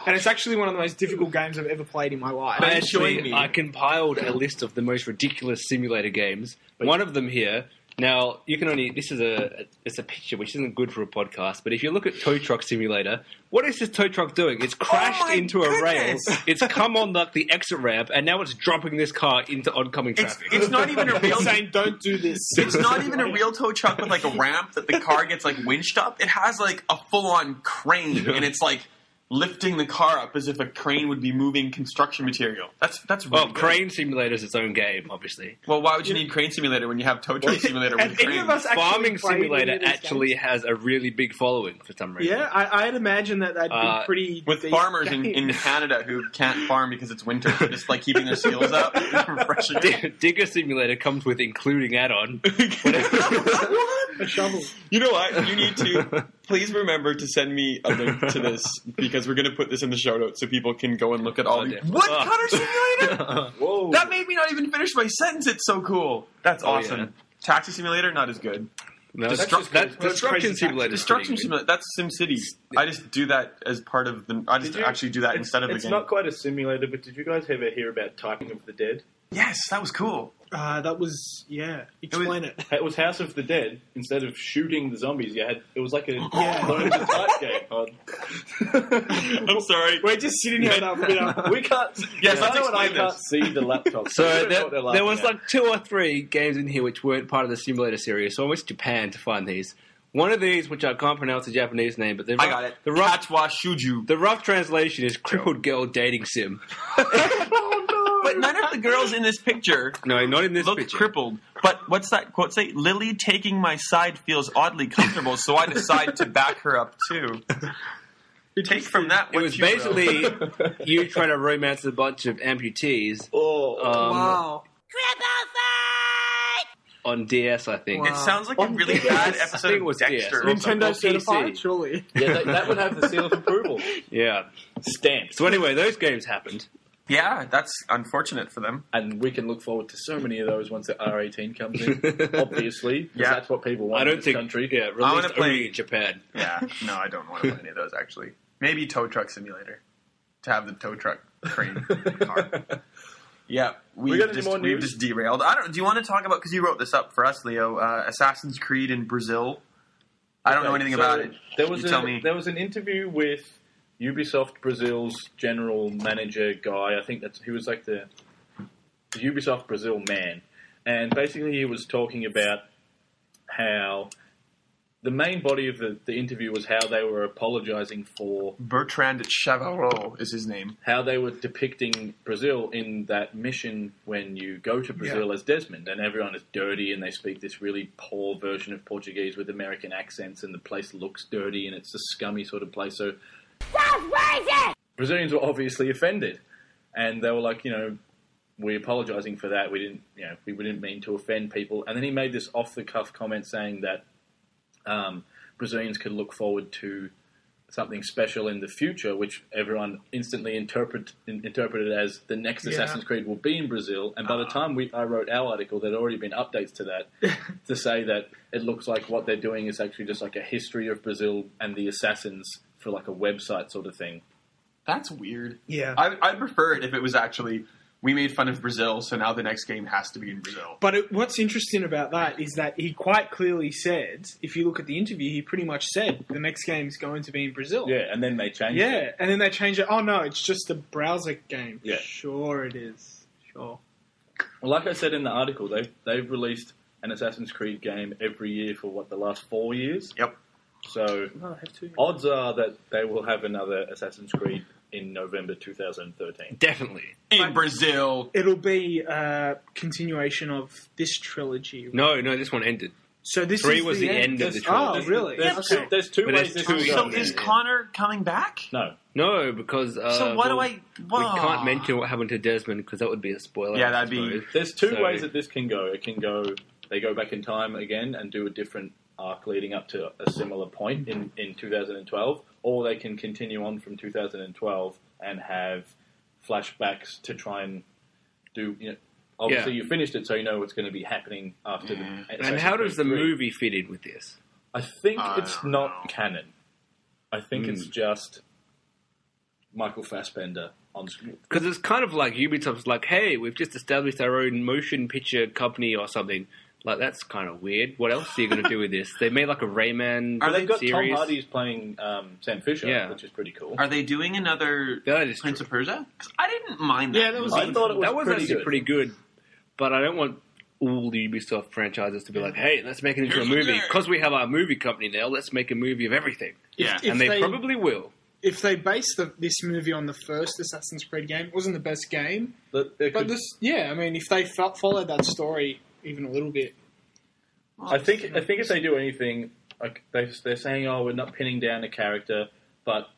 Speaker 5: And it's actually one of the most difficult games I've ever played in my life.
Speaker 1: I
Speaker 3: showing
Speaker 1: actually,
Speaker 3: me.
Speaker 1: I compiled a list of the most ridiculous simulator games. One of them here Now you can only this is a it's a picture which isn't good for a podcast, but if you look at Tow Truck Simulator, what is this tow truck doing? It's crashed
Speaker 3: Oh my
Speaker 1: into a rail.
Speaker 3: goodness.
Speaker 1: It's come on like the exit ramp, and now it's dropping this car into oncoming
Speaker 3: It's
Speaker 1: traffic.
Speaker 3: it's not even a real.
Speaker 5: saying don't do this.
Speaker 3: It's not even a real tow truck with like a ramp that the car gets like winched up. It has like a full on crane, and it's like lifting the car up as if a crane would be moving construction material. That's that's really
Speaker 1: well,
Speaker 3: good.
Speaker 1: Crane Simulator is its own game, obviously.
Speaker 3: Well, why would you need crane simulator when you have tow truck simulator with
Speaker 5: Have
Speaker 3: a
Speaker 5: any
Speaker 3: crane?
Speaker 5: of us actually
Speaker 1: Farming
Speaker 5: played any
Speaker 1: Simulator
Speaker 5: of these
Speaker 1: actually
Speaker 5: games?
Speaker 1: has a really big following for some reason.
Speaker 5: Yeah, I, I'd imagine that that'd be
Speaker 1: Uh,
Speaker 5: pretty.
Speaker 3: with
Speaker 5: deep
Speaker 3: farmers in,
Speaker 5: game.
Speaker 3: in Canada who can't farm because it's winter, just like keeping their seals up, refreshing.
Speaker 1: D- Digger Simulator comes with including add-on.
Speaker 5: a shovel.
Speaker 3: You know what? You need to please remember to send me a link to this because we're going to put this in the show notes so people can go and look at all.
Speaker 1: Oh,
Speaker 3: the-
Speaker 1: dear.
Speaker 3: what
Speaker 1: Ah.
Speaker 3: cutter simulator?
Speaker 4: Whoa.
Speaker 3: that made me not even finish my sentence. It's so cool. That's
Speaker 1: Oh,
Speaker 3: awesome.
Speaker 1: yeah.
Speaker 3: Taxi simulator not as good.
Speaker 1: No, that's-
Speaker 3: Destruct-
Speaker 1: that,
Speaker 3: Well,
Speaker 1: destruction
Speaker 5: Crazy
Speaker 1: simulator. is pretty
Speaker 3: Destruction
Speaker 1: good.
Speaker 3: simulator. That's SimCity. I just do that as part of the. I just
Speaker 4: Did you-
Speaker 3: actually do that
Speaker 4: it's-
Speaker 3: instead of
Speaker 4: It's
Speaker 3: the game.
Speaker 4: not quite a simulator, but did you guys ever hear about Typing of the Dead?
Speaker 3: yes, that was cool.
Speaker 5: Uh, that was yeah. Explain it.
Speaker 4: It was House of the Dead. Instead of shooting the zombies, you had it was like a learn to type game.
Speaker 3: I'm sorry.
Speaker 5: We're just sitting here without. without
Speaker 4: We can't.
Speaker 3: Yes,
Speaker 4: I
Speaker 3: let's
Speaker 4: know what I
Speaker 3: explain
Speaker 4: can't
Speaker 3: this.
Speaker 4: see the laptop.
Speaker 1: So
Speaker 4: I don't
Speaker 1: there,
Speaker 4: know what
Speaker 1: there
Speaker 4: they're laughing
Speaker 1: was
Speaker 4: at.
Speaker 1: like two or three games in here which weren't part of the simulator series, so I went to Japan to find these. One of these, which I can't pronounce the Japanese name, but the
Speaker 3: I
Speaker 1: rough-
Speaker 3: got it.
Speaker 1: The rough,
Speaker 3: Katwa Shuju.
Speaker 1: the rough translation is crippled girl dating sim.
Speaker 3: But none of the girls in this picture
Speaker 1: No, not in this
Speaker 3: look
Speaker 1: picture.
Speaker 3: crippled. But what's that quote say? Lily taking my side feels oddly comfortable, so I decide to back her up too. Take from that
Speaker 1: It
Speaker 3: what
Speaker 1: was
Speaker 3: you will.
Speaker 1: basically you trying to romance a bunch of amputees
Speaker 4: Oh,
Speaker 1: um,
Speaker 5: wow.
Speaker 1: on DS, I think.
Speaker 5: Wow.
Speaker 3: It sounds like a really
Speaker 5: Oh,
Speaker 3: bad
Speaker 1: I
Speaker 5: yes.
Speaker 1: think
Speaker 3: episode
Speaker 1: um, it
Speaker 3: of
Speaker 1: was
Speaker 3: Dexter.
Speaker 1: DS.
Speaker 5: Nintendo
Speaker 1: Or PC.
Speaker 5: certified, surely.
Speaker 4: yeah, that, that would have the seal of approval
Speaker 1: Yeah.
Speaker 4: stamped,
Speaker 1: So anyway, those games happened.
Speaker 3: Yeah, that's unfortunate for them.
Speaker 4: and we can look forward to so many of those once the R eighteen comes in. Obviously, 'cause
Speaker 3: Yeah.
Speaker 4: that's what people want.
Speaker 1: I
Speaker 4: in
Speaker 1: don't
Speaker 4: this
Speaker 1: think
Speaker 4: country.
Speaker 1: yeah,
Speaker 3: wanna
Speaker 1: released
Speaker 3: play-
Speaker 1: only in Japan.
Speaker 3: Yeah, no, I don't want to play any of those actually. Maybe Tow Truck Simulator to have the tow truck crane car. Yeah, we've,
Speaker 4: got any
Speaker 3: just,
Speaker 4: more
Speaker 3: we've
Speaker 4: news?
Speaker 3: just derailed. I don't. Do you want to talk about because you wrote this up for us, Leo? Uh, Assassin's Creed in Brazil. I don't know
Speaker 4: Okay,
Speaker 3: anything
Speaker 4: so
Speaker 3: about it.
Speaker 4: There was
Speaker 3: you
Speaker 4: a,
Speaker 3: tell me.
Speaker 4: there was an interview with Ubisoft Brazil's general manager guy. I think that's he was like the, the Ubisoft Brazil man, and basically he was talking about how the main body of the, the interview was how they were apologizing for
Speaker 3: Bertrand Chavarro is his name.
Speaker 4: how they were depicting Brazil in that mission when you go to Brazil as Desmond, and everyone is dirty and they speak this really poor version of Portuguese with American accents, and the place looks dirty and it's a scummy sort of place. So Brazilians were obviously offended, and they were like, you know, we're apologising for that. We didn't, you know, we didn't mean to offend people. And then he made this off the cuff comment saying that um, Brazilians could look forward to something special in the future, which everyone instantly interpret, in, interpreted as the next Assassin's Creed will be in Brazil. And by the time we, I wrote our article, there'd already been updates to that to say that it looks like what they're doing is actually just like a history of Brazil and the assassins for like a website sort of thing.
Speaker 3: That's weird.
Speaker 5: Yeah.
Speaker 3: I, I'd prefer it if it was actually we made fun of Brazil, so now the next game has to be in Brazil.
Speaker 5: But it, what's interesting about that is that he quite clearly said, if you look at the interview, he pretty much said the next game's going to be in Brazil.
Speaker 4: Yeah, and then they changed. it.
Speaker 5: Yeah, and then they changed it. Oh no, it's just a browser game.
Speaker 4: Yeah.
Speaker 5: Sure it is. Sure.
Speaker 4: Well, like I said in the article, they've they've released an Assassin's Creed game every year for what the last four years.
Speaker 3: Yep.
Speaker 4: So
Speaker 5: No, I have to.
Speaker 1: Oh.
Speaker 4: odds are that they will have another Assassin's Creed in November 2013.
Speaker 1: Definitely.
Speaker 3: In Brazil.
Speaker 5: It'll be a continuation of this trilogy.
Speaker 1: No, no, this one ended.
Speaker 5: So this
Speaker 1: Three
Speaker 5: is
Speaker 1: was
Speaker 5: the
Speaker 1: the end of the
Speaker 5: Oh,
Speaker 1: trilogy.
Speaker 5: really?
Speaker 4: There's
Speaker 5: Okay.
Speaker 4: two, there's two
Speaker 1: But
Speaker 4: ways
Speaker 1: there's
Speaker 4: this
Speaker 1: two
Speaker 4: will
Speaker 1: Yeah,
Speaker 3: So
Speaker 4: go.
Speaker 1: yeah,
Speaker 3: is
Speaker 1: yeah.
Speaker 3: Connor coming back?
Speaker 4: No,
Speaker 1: No, because uh,
Speaker 3: So why do
Speaker 1: well,
Speaker 3: I?
Speaker 1: We can't
Speaker 3: Whoa.
Speaker 1: mention what happened to Desmond because that would be a spoiler.
Speaker 3: Yeah,
Speaker 1: I
Speaker 3: that'd be-
Speaker 1: suppose.
Speaker 4: there's two
Speaker 1: So-
Speaker 4: ways that this can go. It can go they go back in time again and do a different arc leading up to a similar point in in 2012, or they can continue on from 2012 and have flashbacks to try and do you know. Obviously,
Speaker 1: Yeah. Mm.
Speaker 4: you finished it, so you know what's going to be happening after. the
Speaker 1: And
Speaker 4: Assassin's
Speaker 1: how does the
Speaker 4: Creed 3.
Speaker 1: movie fit in with this?
Speaker 4: I think
Speaker 3: I
Speaker 4: it's
Speaker 3: don't
Speaker 4: not
Speaker 3: know.
Speaker 4: canon. I think
Speaker 1: Hmm.
Speaker 4: it's just Michael Fassbender on screen.
Speaker 1: Because it's kind of like Ubisoft's like, hey, we've just established our own motion picture company or something. Like that's kind of weird. What else are you going to do with this? They made like a Rayman
Speaker 3: Are they
Speaker 4: They've got
Speaker 1: series.
Speaker 4: Tom Hardy's playing um, Sam Fisher,
Speaker 1: Yeah.
Speaker 4: which is pretty cool.
Speaker 3: Are they doing another
Speaker 1: That is
Speaker 3: Prince of Persia? 'Cause I didn't mind that.
Speaker 1: Yeah, that was
Speaker 4: I thought it was
Speaker 1: that was
Speaker 4: pretty
Speaker 1: actually
Speaker 4: good.
Speaker 1: pretty good. But I don't want all the Ubisoft franchises to be like, "Hey, let's make it into
Speaker 3: Here's
Speaker 1: a
Speaker 3: the
Speaker 1: movie
Speaker 3: game.
Speaker 1: because we have our movie company now. Let's make a movie of everything."
Speaker 3: Yeah.
Speaker 5: If
Speaker 1: and they,
Speaker 5: they-
Speaker 1: probably will.
Speaker 5: If they base the, this movie on the first Assassin's Creed game, it wasn't the best game,
Speaker 4: But there
Speaker 5: but
Speaker 4: could-
Speaker 5: this, yeah, I mean, if they fo- followed that story even a little bit,
Speaker 4: I think I think if they do anything, like they, they're saying, "Oh, we're not pinning down a character," but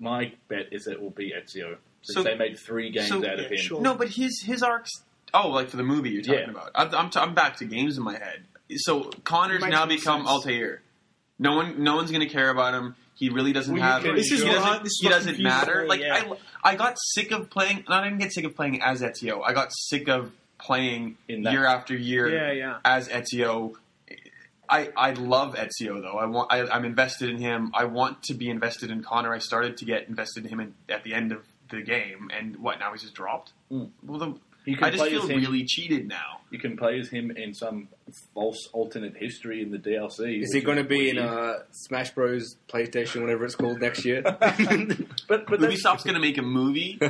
Speaker 4: my bet is it will be Ezio, since
Speaker 3: So-
Speaker 4: they made three games
Speaker 3: so-
Speaker 4: out of
Speaker 5: yeah,
Speaker 4: him.
Speaker 5: sure.
Speaker 3: No, but his his arcs. Oh, like for the movie you're talking
Speaker 4: Yeah.
Speaker 3: about. I'm I'm, t- I'm back to games in my head. So Connor's
Speaker 5: Makes
Speaker 3: now
Speaker 5: more
Speaker 3: become
Speaker 5: sense.
Speaker 3: Altair. No one no one's gonna care about him. He really doesn't
Speaker 4: Well, you
Speaker 3: have.
Speaker 4: can-
Speaker 5: This is
Speaker 3: he
Speaker 5: why-
Speaker 3: doesn't,
Speaker 5: this is
Speaker 3: he
Speaker 5: what
Speaker 3: doesn't
Speaker 5: confused
Speaker 3: matter.
Speaker 5: me,
Speaker 3: Like
Speaker 5: yeah.
Speaker 3: I I got sick of playing. Not even get sick of playing as Ezio. I got sick of playing
Speaker 4: In that-
Speaker 3: year after year
Speaker 5: Yeah, yeah.
Speaker 3: as Ezio. I, I love Ezio though. I want I, I'm invested in him. I want to be invested in Connor. I started to get invested in him in, at the end of the game, and what now he's just dropped. Well, the,
Speaker 4: You can
Speaker 3: I just
Speaker 4: play
Speaker 3: feel
Speaker 4: as him.
Speaker 3: really cheated now.
Speaker 4: You can play as him in some false alternate history in the DLC.
Speaker 1: Is he going to be in uh, Smash Bros, PlayStation, whatever it's called next year?
Speaker 4: But but that's,
Speaker 3: Ubisoft's going to make a movie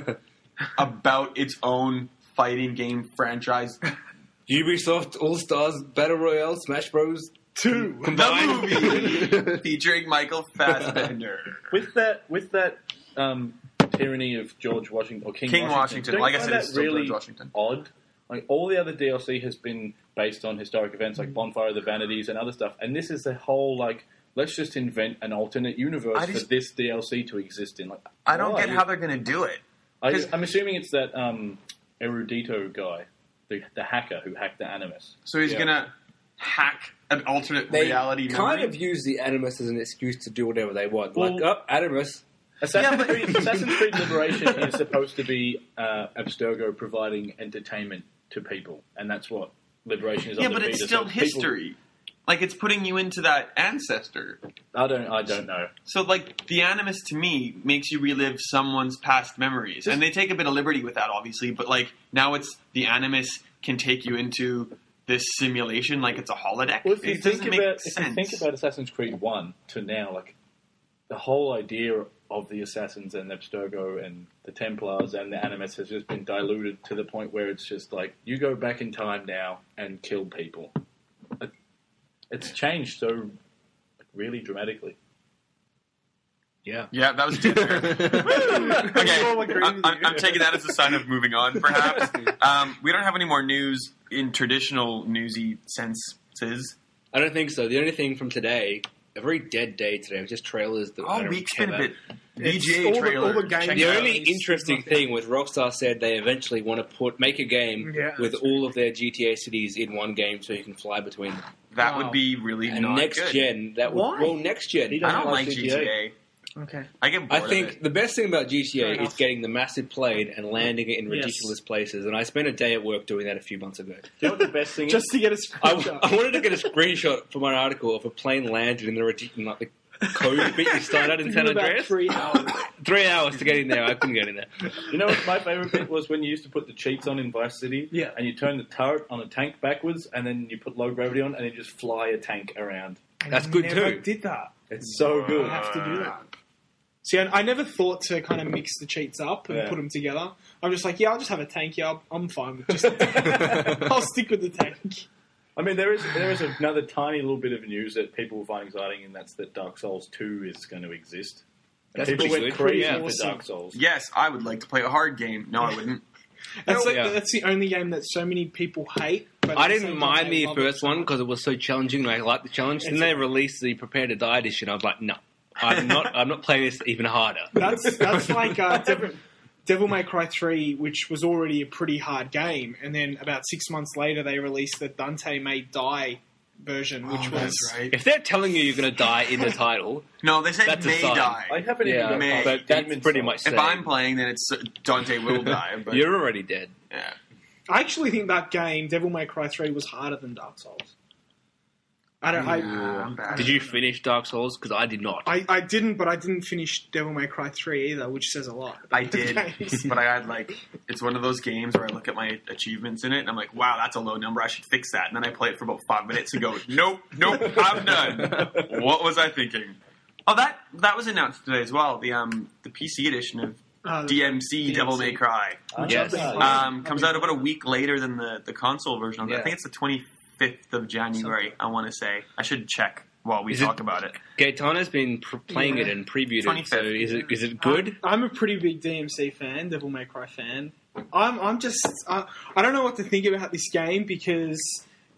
Speaker 3: about its own fighting game franchise.
Speaker 1: Ubisoft All Stars Battle Royale Smash Bros Two combined.
Speaker 3: The movie featuring Michael Fassbender.
Speaker 4: with that with that um, tyranny of George Washington or King,
Speaker 3: King Washington.
Speaker 4: Washington, don't
Speaker 3: Like I
Speaker 4: you find
Speaker 3: said, it's
Speaker 4: that
Speaker 3: still George
Speaker 4: really
Speaker 3: Washington.
Speaker 4: odd. Like all the other DLC has been based on historic events like Bonfire of the Vanities and other stuff, and this is the whole like let's just invent an alternate universe
Speaker 3: I just-
Speaker 4: for this DLC to exist in. Like
Speaker 3: I don't
Speaker 4: why?
Speaker 3: get how they're going to do it.
Speaker 4: I, I'm assuming it's that um, erudito guy, the, the hacker who hacked the Animus.
Speaker 3: So he's
Speaker 1: Yeah.
Speaker 3: going to hack an alternate
Speaker 1: They
Speaker 3: reality
Speaker 1: kind
Speaker 3: memory.
Speaker 1: of use the Animus as an excuse to do whatever they want. like,
Speaker 4: Well-
Speaker 1: oh, Animus.
Speaker 4: Assassin's,
Speaker 3: Yeah, but-
Speaker 4: Creed, Assassin's Creed Liberation is supposed to be uh, Abstergo providing entertainment to people, and that's what Liberation is.
Speaker 3: yeah,
Speaker 4: on the
Speaker 3: but it's
Speaker 4: Vita,
Speaker 3: still
Speaker 4: so people-
Speaker 3: history. Like it's putting you into that ancestor.
Speaker 4: I don't, I don't know.
Speaker 3: So like the animus to me makes you relive someone's past memories, and they take a bit of liberty with that, obviously. But like now it's the animus can take you into this simulation, like it's a holodeck.
Speaker 4: Well, if you
Speaker 3: it doesn't
Speaker 4: think
Speaker 3: make
Speaker 4: about if
Speaker 3: sense.
Speaker 4: you think about Assassin's Creed One to now, like the whole idea of the assassins and Abstergo and the Templars and the Animus has just been diluted to the point where it's just like you go back in time now and kill people. It- It's changed so like, really dramatically.
Speaker 1: Yeah.
Speaker 3: yeah, that was too fair. okay, I'm, I'm, I'm taking that as a sign of moving on. Perhaps um, we don't have any more news in traditional newsy senses.
Speaker 1: I don't think so. The only thing from today, a very dead day today, was just trailers. That I
Speaker 3: All
Speaker 1: don't
Speaker 3: week's
Speaker 1: care
Speaker 3: been Oh, a
Speaker 1: about.
Speaker 3: bit
Speaker 5: It's
Speaker 3: VGA
Speaker 5: all the- all
Speaker 3: trailer.
Speaker 5: the games
Speaker 3: Check it
Speaker 1: The
Speaker 3: out.
Speaker 1: only
Speaker 5: it's
Speaker 1: interesting
Speaker 5: nothing.
Speaker 1: thing was Rockstar said they eventually want to put make a game
Speaker 5: Yeah,
Speaker 1: with
Speaker 5: that's
Speaker 1: all of their GTA cities in one game, so you can fly between them.
Speaker 3: that
Speaker 5: Wow.
Speaker 3: would be really
Speaker 1: And
Speaker 3: not
Speaker 1: next
Speaker 3: good.
Speaker 1: gen, that would
Speaker 5: Why?
Speaker 1: well next gen.
Speaker 3: I don't like
Speaker 4: GTA.
Speaker 3: GTA.
Speaker 5: okay.
Speaker 3: I get bored
Speaker 1: I
Speaker 3: of it.
Speaker 1: think the best thing about
Speaker 5: Fair
Speaker 1: GTA is
Speaker 5: enough.
Speaker 1: getting the massive played and landing it in
Speaker 5: Yes.
Speaker 1: ridiculous places. And I spent a day at work doing that a few months ago.
Speaker 4: You know what the best thing
Speaker 5: Just to get a
Speaker 1: I,
Speaker 5: screenshot.
Speaker 1: I wanted to get a screenshot for my article of a plane landed in the ridiculous, like the code bit you start out in
Speaker 5: Took
Speaker 1: San
Speaker 5: me about
Speaker 1: Andreas.
Speaker 5: three hours.
Speaker 1: Three hours to get in there. I couldn't get in there.
Speaker 4: You know what my favorite bit was when you used to put the cheats on in Vice City?
Speaker 5: Yeah.
Speaker 4: And you turn the turret on a tank backwards and then you put low gravity on and you just fly a tank around.
Speaker 1: That's good
Speaker 5: never
Speaker 1: too.
Speaker 5: Did that?
Speaker 4: It's so good.
Speaker 5: I have to do that. See, I, I never thought to kind of mix the cheats up and
Speaker 4: Yeah.
Speaker 5: put them together. I'm just like, yeah, I'll just have a tank. Yeah, I'll- I'm fine with just. I'll stick with the tank.
Speaker 4: I mean, there is there is another tiny little bit of news that people will find exciting, and that's that Dark Souls 2 is going to exist. And
Speaker 1: That's
Speaker 4: people
Speaker 1: pretty
Speaker 4: went
Speaker 1: good.
Speaker 4: crazy
Speaker 1: Yeah.
Speaker 4: for
Speaker 5: Awesome.
Speaker 4: Dark Souls.
Speaker 3: Yes, I would like to play a hard game. No, I wouldn't.
Speaker 5: That's, like,
Speaker 1: yeah.
Speaker 5: that's the only game that so many people hate. But
Speaker 1: I
Speaker 5: at the
Speaker 1: didn't
Speaker 5: same
Speaker 1: mind
Speaker 5: time,
Speaker 1: the
Speaker 5: they love
Speaker 1: first
Speaker 5: it.
Speaker 1: one because it was so challenging. and I liked the challenge. Then
Speaker 5: It's-
Speaker 1: they released the Prepare to Die edition. I was like, no, I'm not. I'm not playing this even harder.
Speaker 5: That's that's like uh, Devil, Devil May Cry Three, which was already a pretty hard game, and then about six months later they released the Dante May Die version,
Speaker 3: Oh,
Speaker 5: which was
Speaker 3: right.
Speaker 1: If they're telling you you're going to die in the title,
Speaker 3: No, they said
Speaker 1: That's a
Speaker 3: may
Speaker 1: sign.
Speaker 3: die.
Speaker 4: I haven't
Speaker 1: yeah,
Speaker 4: even got
Speaker 3: Man.
Speaker 1: but
Speaker 4: past
Speaker 1: that's
Speaker 4: Demon's
Speaker 1: pretty
Speaker 4: Souls.
Speaker 1: much.
Speaker 3: if
Speaker 1: saying,
Speaker 3: I'm playing, then it's Dante will die. But
Speaker 1: you're already dead.
Speaker 3: yeah.
Speaker 5: I actually think that game, Devil May Cry 3, was harder than Dark Souls. I don't.
Speaker 3: Yeah, I'm bad.
Speaker 1: Did you finish Dark Souls? Because I did not.
Speaker 5: I, I I didn't, but I didn't finish Devil May Cry three either, which says a lot.
Speaker 3: I did,
Speaker 5: Games.
Speaker 3: but I had like it's one of those games where I look at my achievements in it and I'm like, wow, that's a low number. I should fix that. And then I play it for about five minutes and go, nope, nope, I'm done. what was I thinking? Oh, that that was announced today as well. The um the PC edition of
Speaker 5: Uh,
Speaker 3: DMC, Devil May Cry
Speaker 1: yes.
Speaker 3: um, comes out about a week later than the the console version. Of it. I
Speaker 1: Yeah.
Speaker 3: think it's the 25th of January. I want to say. I should check while we
Speaker 1: Is it-
Speaker 3: talk about it.
Speaker 1: Gaetano's been pr- playing it and previewed it. So
Speaker 3: 25th.
Speaker 1: is it is it good?
Speaker 5: I, am a pretty big DMC fan, Devil May Cry fan. I'm, I'm just, I, I don't know what to think about this game because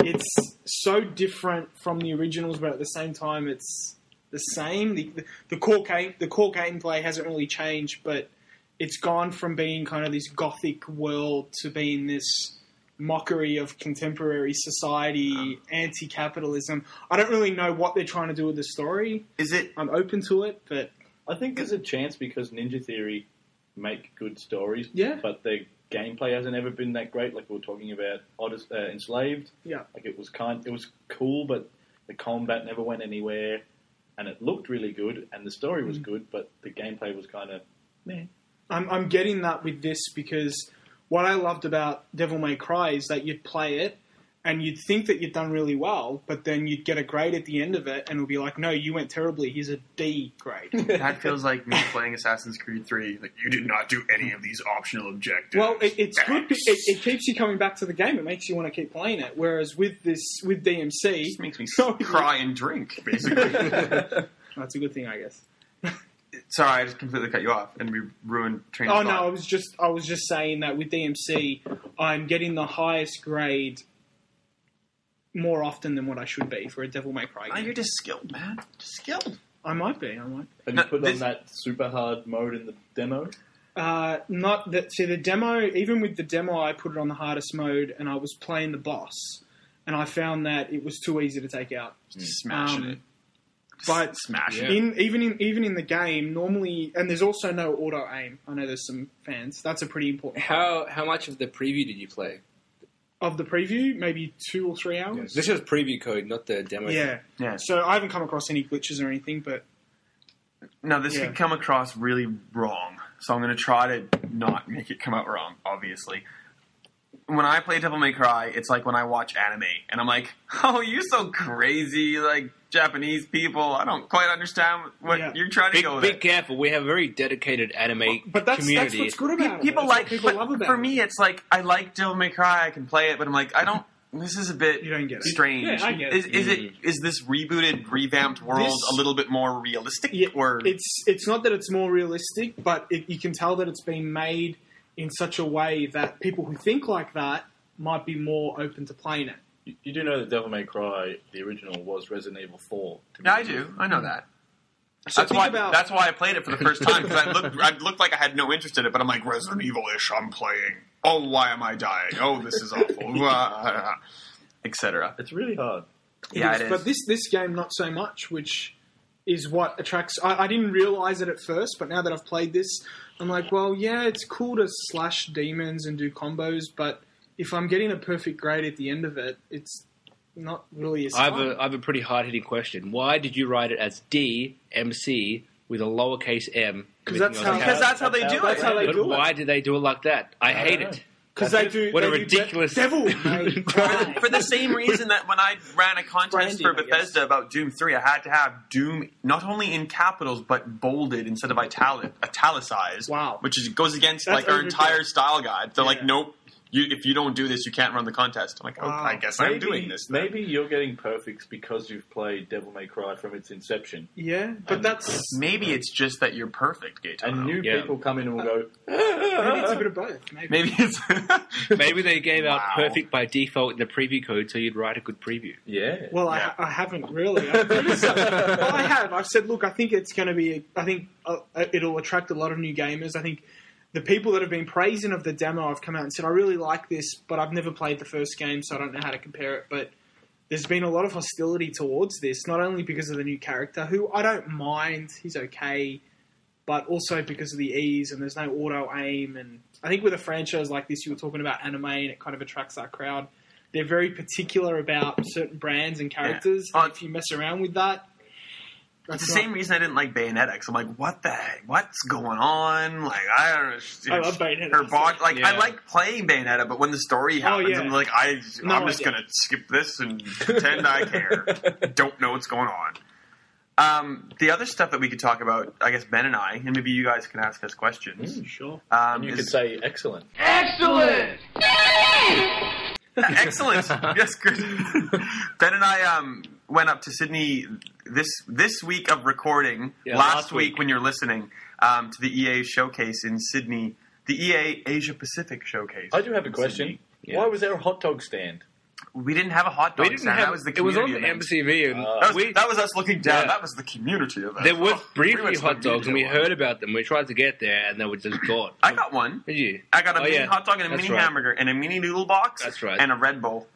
Speaker 5: it's so different from the originals, but at the same time, it's the same. The, the, the core game, the core gameplay hasn't really changed, but it's gone from being kind of this gothic world to being this mockery of contemporary society, anti-capitalism. I don't really know what they're trying to do with the story.
Speaker 3: Is it?
Speaker 5: I'm open to it, but
Speaker 4: I think there's a chance because Ninja Theory make good stories,
Speaker 5: Yeah.
Speaker 4: but their gameplay hasn't ever been that great. Like we were talking about Odyssey, uh, Enslaved,
Speaker 5: Yeah.
Speaker 4: like it was kind, it was cool, but the combat never went anywhere, and it looked really good, and the story
Speaker 5: Hmm.
Speaker 4: was good, but the gameplay was kind of meh.
Speaker 5: I'm, I'm getting that with this because what I loved about Devil May Cry is that you'd play it and you'd think that you'd done really well, but then you'd get a grade at the end of it and it'll be like, no, you went terribly. Here's a D grade.
Speaker 3: That feels like me playing Assassin's Creed 3. Like you did not do any of these optional objectives.
Speaker 5: well, it, it's good. be- It, it keeps you coming back to the game. It makes you want to keep playing it. Whereas with this, with DMC,
Speaker 3: It makes me
Speaker 5: No, you-
Speaker 3: cry and drink, basically.
Speaker 5: that's a good thing, I guess.
Speaker 3: Sorry, I just completely cut you off and we ruined train
Speaker 5: Oh
Speaker 3: of
Speaker 5: no, I
Speaker 3: thought.
Speaker 5: was just I was just saying that with DMC, I'm getting the highest grade more often than what I should be for a Devil May Cry
Speaker 3: Oh,
Speaker 5: game.
Speaker 3: you're just skilled, man. Just skilled.
Speaker 5: I might be. I might. Be.
Speaker 4: Have
Speaker 3: No,
Speaker 4: you put
Speaker 3: this-
Speaker 4: on that super hard mode in the demo?
Speaker 5: Uh, not that. See, the demo, even with the demo, I put it on the hardest mode, and I was playing the boss, and I found that it was too easy to take out.
Speaker 3: Just smashing
Speaker 5: Um,
Speaker 3: it.
Speaker 5: But
Speaker 3: Smashing it.
Speaker 5: in even in even in the game, normally, and there's also no auto aim. I know there's some fans. That's a pretty important part.
Speaker 1: Uh, How how much of the preview did you play?
Speaker 5: of the preview. Maybe two or three hours.
Speaker 1: This is preview code, not the demo.
Speaker 5: Yeah.
Speaker 3: Yeah.
Speaker 5: So I haven't come across any glitches or anything, but
Speaker 3: Now this
Speaker 5: Yeah.
Speaker 3: could come across really wrong, so I'm going to try to not make it come out wrong. Obviously, when I play Devil May Cry, it's like when I watch anime, and I'm like, "Oh, you're so crazy, like Japanese people. I don't quite understand what
Speaker 5: Yeah.
Speaker 3: you're trying to
Speaker 1: Be,
Speaker 3: go with."
Speaker 1: be
Speaker 3: it."
Speaker 1: careful. We have a very dedicated anime
Speaker 5: but that's
Speaker 1: community.
Speaker 5: that's what's good about it.
Speaker 3: people
Speaker 5: That's what
Speaker 3: like
Speaker 5: people
Speaker 3: but
Speaker 5: love about
Speaker 3: for
Speaker 5: it.
Speaker 3: me, it's like I like Devil May Cry, I can play it, but I'm like, I don't. This is a bit
Speaker 5: You don't get it.
Speaker 3: strange.
Speaker 5: Yeah, I get it.
Speaker 3: Is, is it is this rebooted, revamped world
Speaker 5: This-
Speaker 3: a little bit more realistic,
Speaker 5: Yeah,
Speaker 3: or
Speaker 5: it's it's not that it's more realistic, but it, you can tell that it's been made in such a way that people who think like that might be more open to playing it.
Speaker 4: You, you do know that Devil May Cry, the original, was Resident Evil 4. to
Speaker 3: Yeah, I
Speaker 4: begin with.
Speaker 3: do. I know that.
Speaker 5: So
Speaker 3: that's
Speaker 5: think
Speaker 3: why.
Speaker 5: about-
Speaker 3: That's why I played it for the first time because I looked. I looked like I had no interest in it, but I'm like Resident Evil-ish. I'm playing. Oh, why am I dying? Oh, this is awful. Etc.
Speaker 4: It's really hard.
Speaker 3: Yeah,
Speaker 5: Yes,
Speaker 3: it is.
Speaker 5: But this this game not so much, which is what attracts. I, I didn't realize it at first, but now that I've played this, I'm like, well, yeah, it's cool to slash demons and do combos, but if I'm getting a perfect grade at the end of it, it's not really as
Speaker 1: I have
Speaker 5: fun.
Speaker 1: a I have a pretty hard hitting question. Why did you write it as D M C with a lowercase m?
Speaker 5: 'Cause that's
Speaker 1: Everything else
Speaker 5: how-
Speaker 3: because that's how they do
Speaker 5: That's
Speaker 3: it.
Speaker 5: how they
Speaker 1: But
Speaker 5: do
Speaker 1: why did they do it like that? I, hate
Speaker 4: don't know.
Speaker 1: it.
Speaker 5: because they do
Speaker 1: What a
Speaker 5: they do de-
Speaker 1: ridiculous-
Speaker 5: devil may cry.
Speaker 3: for the same reason that when I ran a contest
Speaker 5: Branding,
Speaker 3: for
Speaker 5: I guess.
Speaker 3: Bethesda about Doom 3, I had to have Doom not only in capitals but bolded instead of italic, italicized.
Speaker 5: Wow.
Speaker 3: Which is, goes against
Speaker 5: That's
Speaker 3: like our
Speaker 5: ridiculous.
Speaker 3: entire style guide. They're like,
Speaker 5: Yeah.
Speaker 3: nope, you, if you don't do this, you can't run the contest. I'm like, oh,
Speaker 5: Wow.
Speaker 3: I guess I'm doing this. then.
Speaker 4: Maybe you're getting perfects because you've played Devil May Cry from its inception,
Speaker 5: Yeah, but that's
Speaker 3: Maybe it's just that you're perfect, Gaetano.
Speaker 4: and new
Speaker 1: Yeah.
Speaker 4: people come in and will go.
Speaker 5: Maybe it's a bit of both. Maybe.
Speaker 3: Maybe it's.
Speaker 1: Maybe they gave out
Speaker 3: Wow.
Speaker 1: perfect by default in the preview code, so you'd write a good preview.
Speaker 4: Yeah,
Speaker 5: Well,
Speaker 3: Yeah.
Speaker 5: I, I haven't really. I've criticized- well, Oh, I have. I've said, look, I think it's going to be. I think uh, it'll attract a lot of new gamers. I think the people that have been praising of the demo, I've come out and said, I really like this, but I've never played the first game, so I don't know how to compare it. But there's been a lot of hostility towards this, not only because of the new character, who I don't mind. He's okay. But also because of the ease and there's no auto aim and I think with a franchise like this, you were talking about anime and it kind of attracts that crowd They're very particular about certain brands and characters.
Speaker 3: Yeah.
Speaker 5: and if you mess around with that,
Speaker 3: It's
Speaker 5: that's
Speaker 3: the
Speaker 5: not-
Speaker 3: same reason I didn't like Bayonetta. i I'm like, what the heck? What's going on? Like, I don't know. She-
Speaker 5: I love Bayonetta.
Speaker 3: Her
Speaker 5: Oh,
Speaker 3: body, like, I
Speaker 1: Yeah.
Speaker 3: like playing Bayonetta, but when the story happens,
Speaker 5: yeah.
Speaker 3: I'm like, I,
Speaker 5: No
Speaker 3: I'm just
Speaker 5: idea.
Speaker 3: gonna skip this and pretend I care. Don't know what's going on. Um, the other stuff that we could talk about, I guess Ben and I, and maybe you guys can ask us questions.
Speaker 4: Mm,
Speaker 5: Sure.
Speaker 3: Um,
Speaker 4: You
Speaker 3: is-
Speaker 4: could say excellent.
Speaker 6: Excellent!
Speaker 3: Excellent. yes, good. ben and I um, went up to Sydney this this week of recording.
Speaker 1: Yeah,
Speaker 3: last,
Speaker 1: last
Speaker 3: week,
Speaker 1: week.
Speaker 3: when you're listening um, to the EA showcase in Sydney, the EA Asia Pacific showcase.
Speaker 4: I do have a question.
Speaker 1: Yeah.
Speaker 4: Why was there a hot dog stand?
Speaker 3: We didn't have a hot dog.
Speaker 1: We didn't
Speaker 3: stand.
Speaker 1: have.
Speaker 3: Oh, that was the
Speaker 1: it was on
Speaker 3: community
Speaker 1: the
Speaker 3: event.
Speaker 1: MCV, and
Speaker 4: Uh,
Speaker 3: That was,
Speaker 1: we,
Speaker 3: that was us looking down.
Speaker 1: Yeah.
Speaker 3: That was the community event.
Speaker 1: there was
Speaker 3: Oh, we
Speaker 1: briefly
Speaker 3: went to the
Speaker 1: hot dogs, and we
Speaker 3: community
Speaker 1: heard
Speaker 3: one.
Speaker 1: about them. We tried to get there, and they were just gone.
Speaker 3: I got one.
Speaker 1: Did you?
Speaker 3: I got a
Speaker 1: Oh,
Speaker 3: mini
Speaker 1: yeah.
Speaker 3: hot dog and a
Speaker 1: That's
Speaker 3: mini
Speaker 1: right.
Speaker 3: hamburger and a mini noodle box.
Speaker 1: That's right.
Speaker 3: And a Red Bull.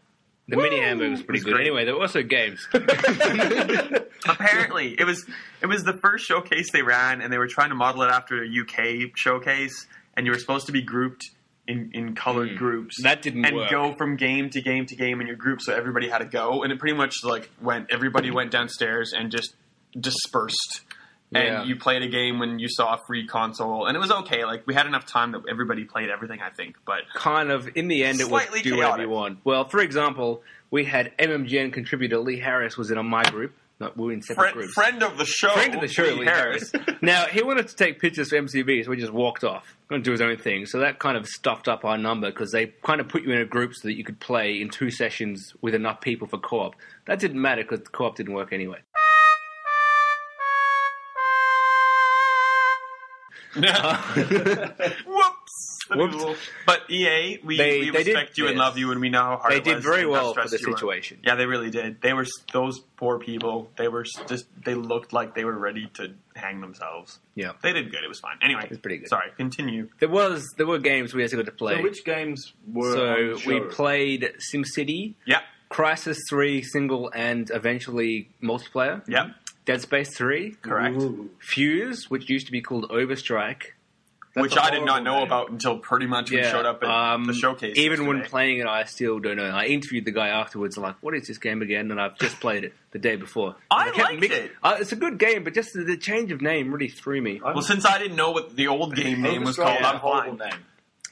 Speaker 1: The mini hamburger was pretty
Speaker 3: It was
Speaker 1: good.
Speaker 3: great.
Speaker 1: Anyway, there were also games.
Speaker 3: Apparently, it was it was the first showcase they ran, and they were trying to model it after a UK showcase. And you were supposed to be grouped in in colored groups.
Speaker 1: Hmm. That didn't
Speaker 3: and
Speaker 1: work.
Speaker 3: go from game to game to game in your group, so everybody had to go. And it pretty much like went everybody went downstairs and just dispersed.
Speaker 1: Yeah.
Speaker 3: And you played a game when you saw a free console, and it was okay. Like we had enough time that everybody played everything, I think. But
Speaker 1: kind of in the end, it was
Speaker 3: Slightly
Speaker 1: do whatever
Speaker 3: chaotic.
Speaker 1: you want. Well, for example, we had MMGN contributor Lee Harris was in on my group. No, we were in separate
Speaker 3: friend,
Speaker 1: groups.
Speaker 3: friend of the show,
Speaker 1: Friend of the show,
Speaker 3: Lee Harris.
Speaker 1: now he wanted to take pictures for MCV, so he just walked off and do his own thing. So that kind of stuffed up our number because they kind of put you in a group so that you could play in two sessions with enough people for co-op. That didn't matter because the co-op didn't work anyway.
Speaker 3: Whoops.
Speaker 1: Whoops.
Speaker 3: But EA, we,
Speaker 1: They-
Speaker 3: we
Speaker 1: they did-
Speaker 3: respect you and
Speaker 1: yes.
Speaker 3: love you, and we know how hard
Speaker 1: They
Speaker 3: it
Speaker 1: did
Speaker 3: was
Speaker 1: very
Speaker 3: and how
Speaker 1: well for
Speaker 3: stressed
Speaker 1: the
Speaker 3: you were.
Speaker 1: situation.
Speaker 3: Yeah, they really did. They were s- those poor people. They were s- just they looked like they were ready to hang themselves.
Speaker 1: Yeah,
Speaker 3: They did good. It was fine. Anyway,
Speaker 1: It was pretty good.
Speaker 3: Sorry. Continue.
Speaker 1: there was there were games we actually got to play.
Speaker 4: So which games were on
Speaker 1: So
Speaker 4: the
Speaker 1: we
Speaker 4: show?
Speaker 1: played SimCity,
Speaker 3: Yeah.
Speaker 1: Crisis Three single, and eventually multiplayer.
Speaker 3: Yeah.
Speaker 1: Dead Space Three,
Speaker 3: Correct.
Speaker 4: Ooh.
Speaker 1: Fuse, which used to be called Overstrike.
Speaker 4: That's
Speaker 3: Which
Speaker 4: a
Speaker 3: I did not
Speaker 4: horrible
Speaker 3: know
Speaker 4: name.
Speaker 3: about until pretty much we showed up at
Speaker 1: um,
Speaker 3: the showcase.
Speaker 1: Even when
Speaker 3: yesterday.
Speaker 1: playing it, I still don't know. I interviewed the guy afterwards, like, "What is this game again?" And I've just played it the day before.
Speaker 3: I
Speaker 1: And
Speaker 3: liked it.
Speaker 1: Uh, it's a good game, but just the, the change of name really threw me.
Speaker 4: I'm-
Speaker 3: Well, since I didn't know what the old game name was
Speaker 4: Overstrike
Speaker 3: called,
Speaker 4: had a
Speaker 3: I'm
Speaker 4: horrible
Speaker 3: fine.
Speaker 4: name.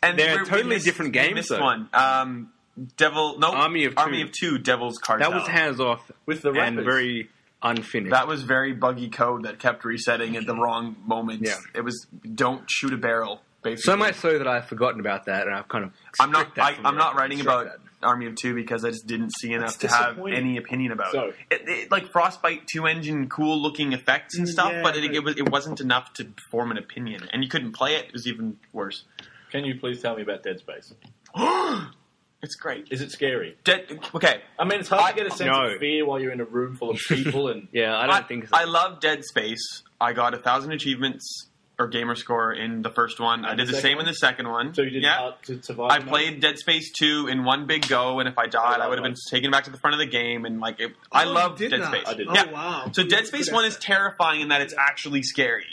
Speaker 3: And
Speaker 1: They're
Speaker 3: we're- we
Speaker 1: totally
Speaker 3: missed-
Speaker 1: different
Speaker 3: we
Speaker 1: games,
Speaker 3: missed
Speaker 1: though.
Speaker 3: one. Um, Devil. No.
Speaker 1: Army of
Speaker 3: Army
Speaker 1: Two.
Speaker 3: of Two. Devil's Cartel.
Speaker 1: That was hands off
Speaker 4: With the
Speaker 1: and
Speaker 4: rappers.
Speaker 1: very unfinished.
Speaker 3: That was very buggy code that kept resetting at the wrong moments.
Speaker 1: Yeah.
Speaker 3: It was don't shoot a barrel. Basically,
Speaker 1: so much so that I've forgotten about that, and I've kind of
Speaker 3: I'm not.
Speaker 1: stripped that
Speaker 3: I,
Speaker 1: from
Speaker 3: I'm
Speaker 1: there.
Speaker 3: not writing
Speaker 1: Struck
Speaker 3: about Army of Two because I just didn't see enough to
Speaker 4: That's
Speaker 3: have
Speaker 4: disappointing.
Speaker 3: any opinion about.
Speaker 4: So-
Speaker 3: it. It, it- Like Frostbite Two engine, cool looking effects and
Speaker 5: Mm,
Speaker 3: stuff,
Speaker 5: yeah,
Speaker 3: but it,
Speaker 5: but-
Speaker 3: it was it wasn't enough to form an opinion, and you couldn't play it. It was even worse.
Speaker 4: Can you please tell me about Dead Space?
Speaker 3: it's great.
Speaker 4: Is it scary?
Speaker 3: Dead, okay,
Speaker 4: I mean, it's hard
Speaker 3: I-
Speaker 4: to get a sense
Speaker 1: No.
Speaker 4: of fear while you're in a room full of people and
Speaker 1: that. Yeah, I don't think so.
Speaker 3: I love Dead Space. I got a thousand achievements or gamer score in the first one. I
Speaker 4: And the
Speaker 3: did the
Speaker 4: second
Speaker 3: same in
Speaker 4: one?
Speaker 3: the second one.
Speaker 4: so you didn't
Speaker 3: yeah.
Speaker 4: have to survive.
Speaker 3: I
Speaker 4: enough?
Speaker 3: played Dead Space 2 in one big go, and if I died, I would have been taken back to the front of the game. And like, it, I
Speaker 5: Oh,
Speaker 3: love
Speaker 5: you
Speaker 3: Dead
Speaker 5: did that.
Speaker 3: Space.
Speaker 4: I did
Speaker 5: Oh
Speaker 4: not.
Speaker 3: Yeah.
Speaker 5: wow!
Speaker 3: So Dead Space
Speaker 5: Good
Speaker 3: 1 is
Speaker 5: effort.
Speaker 3: terrifying in that it's actually scary.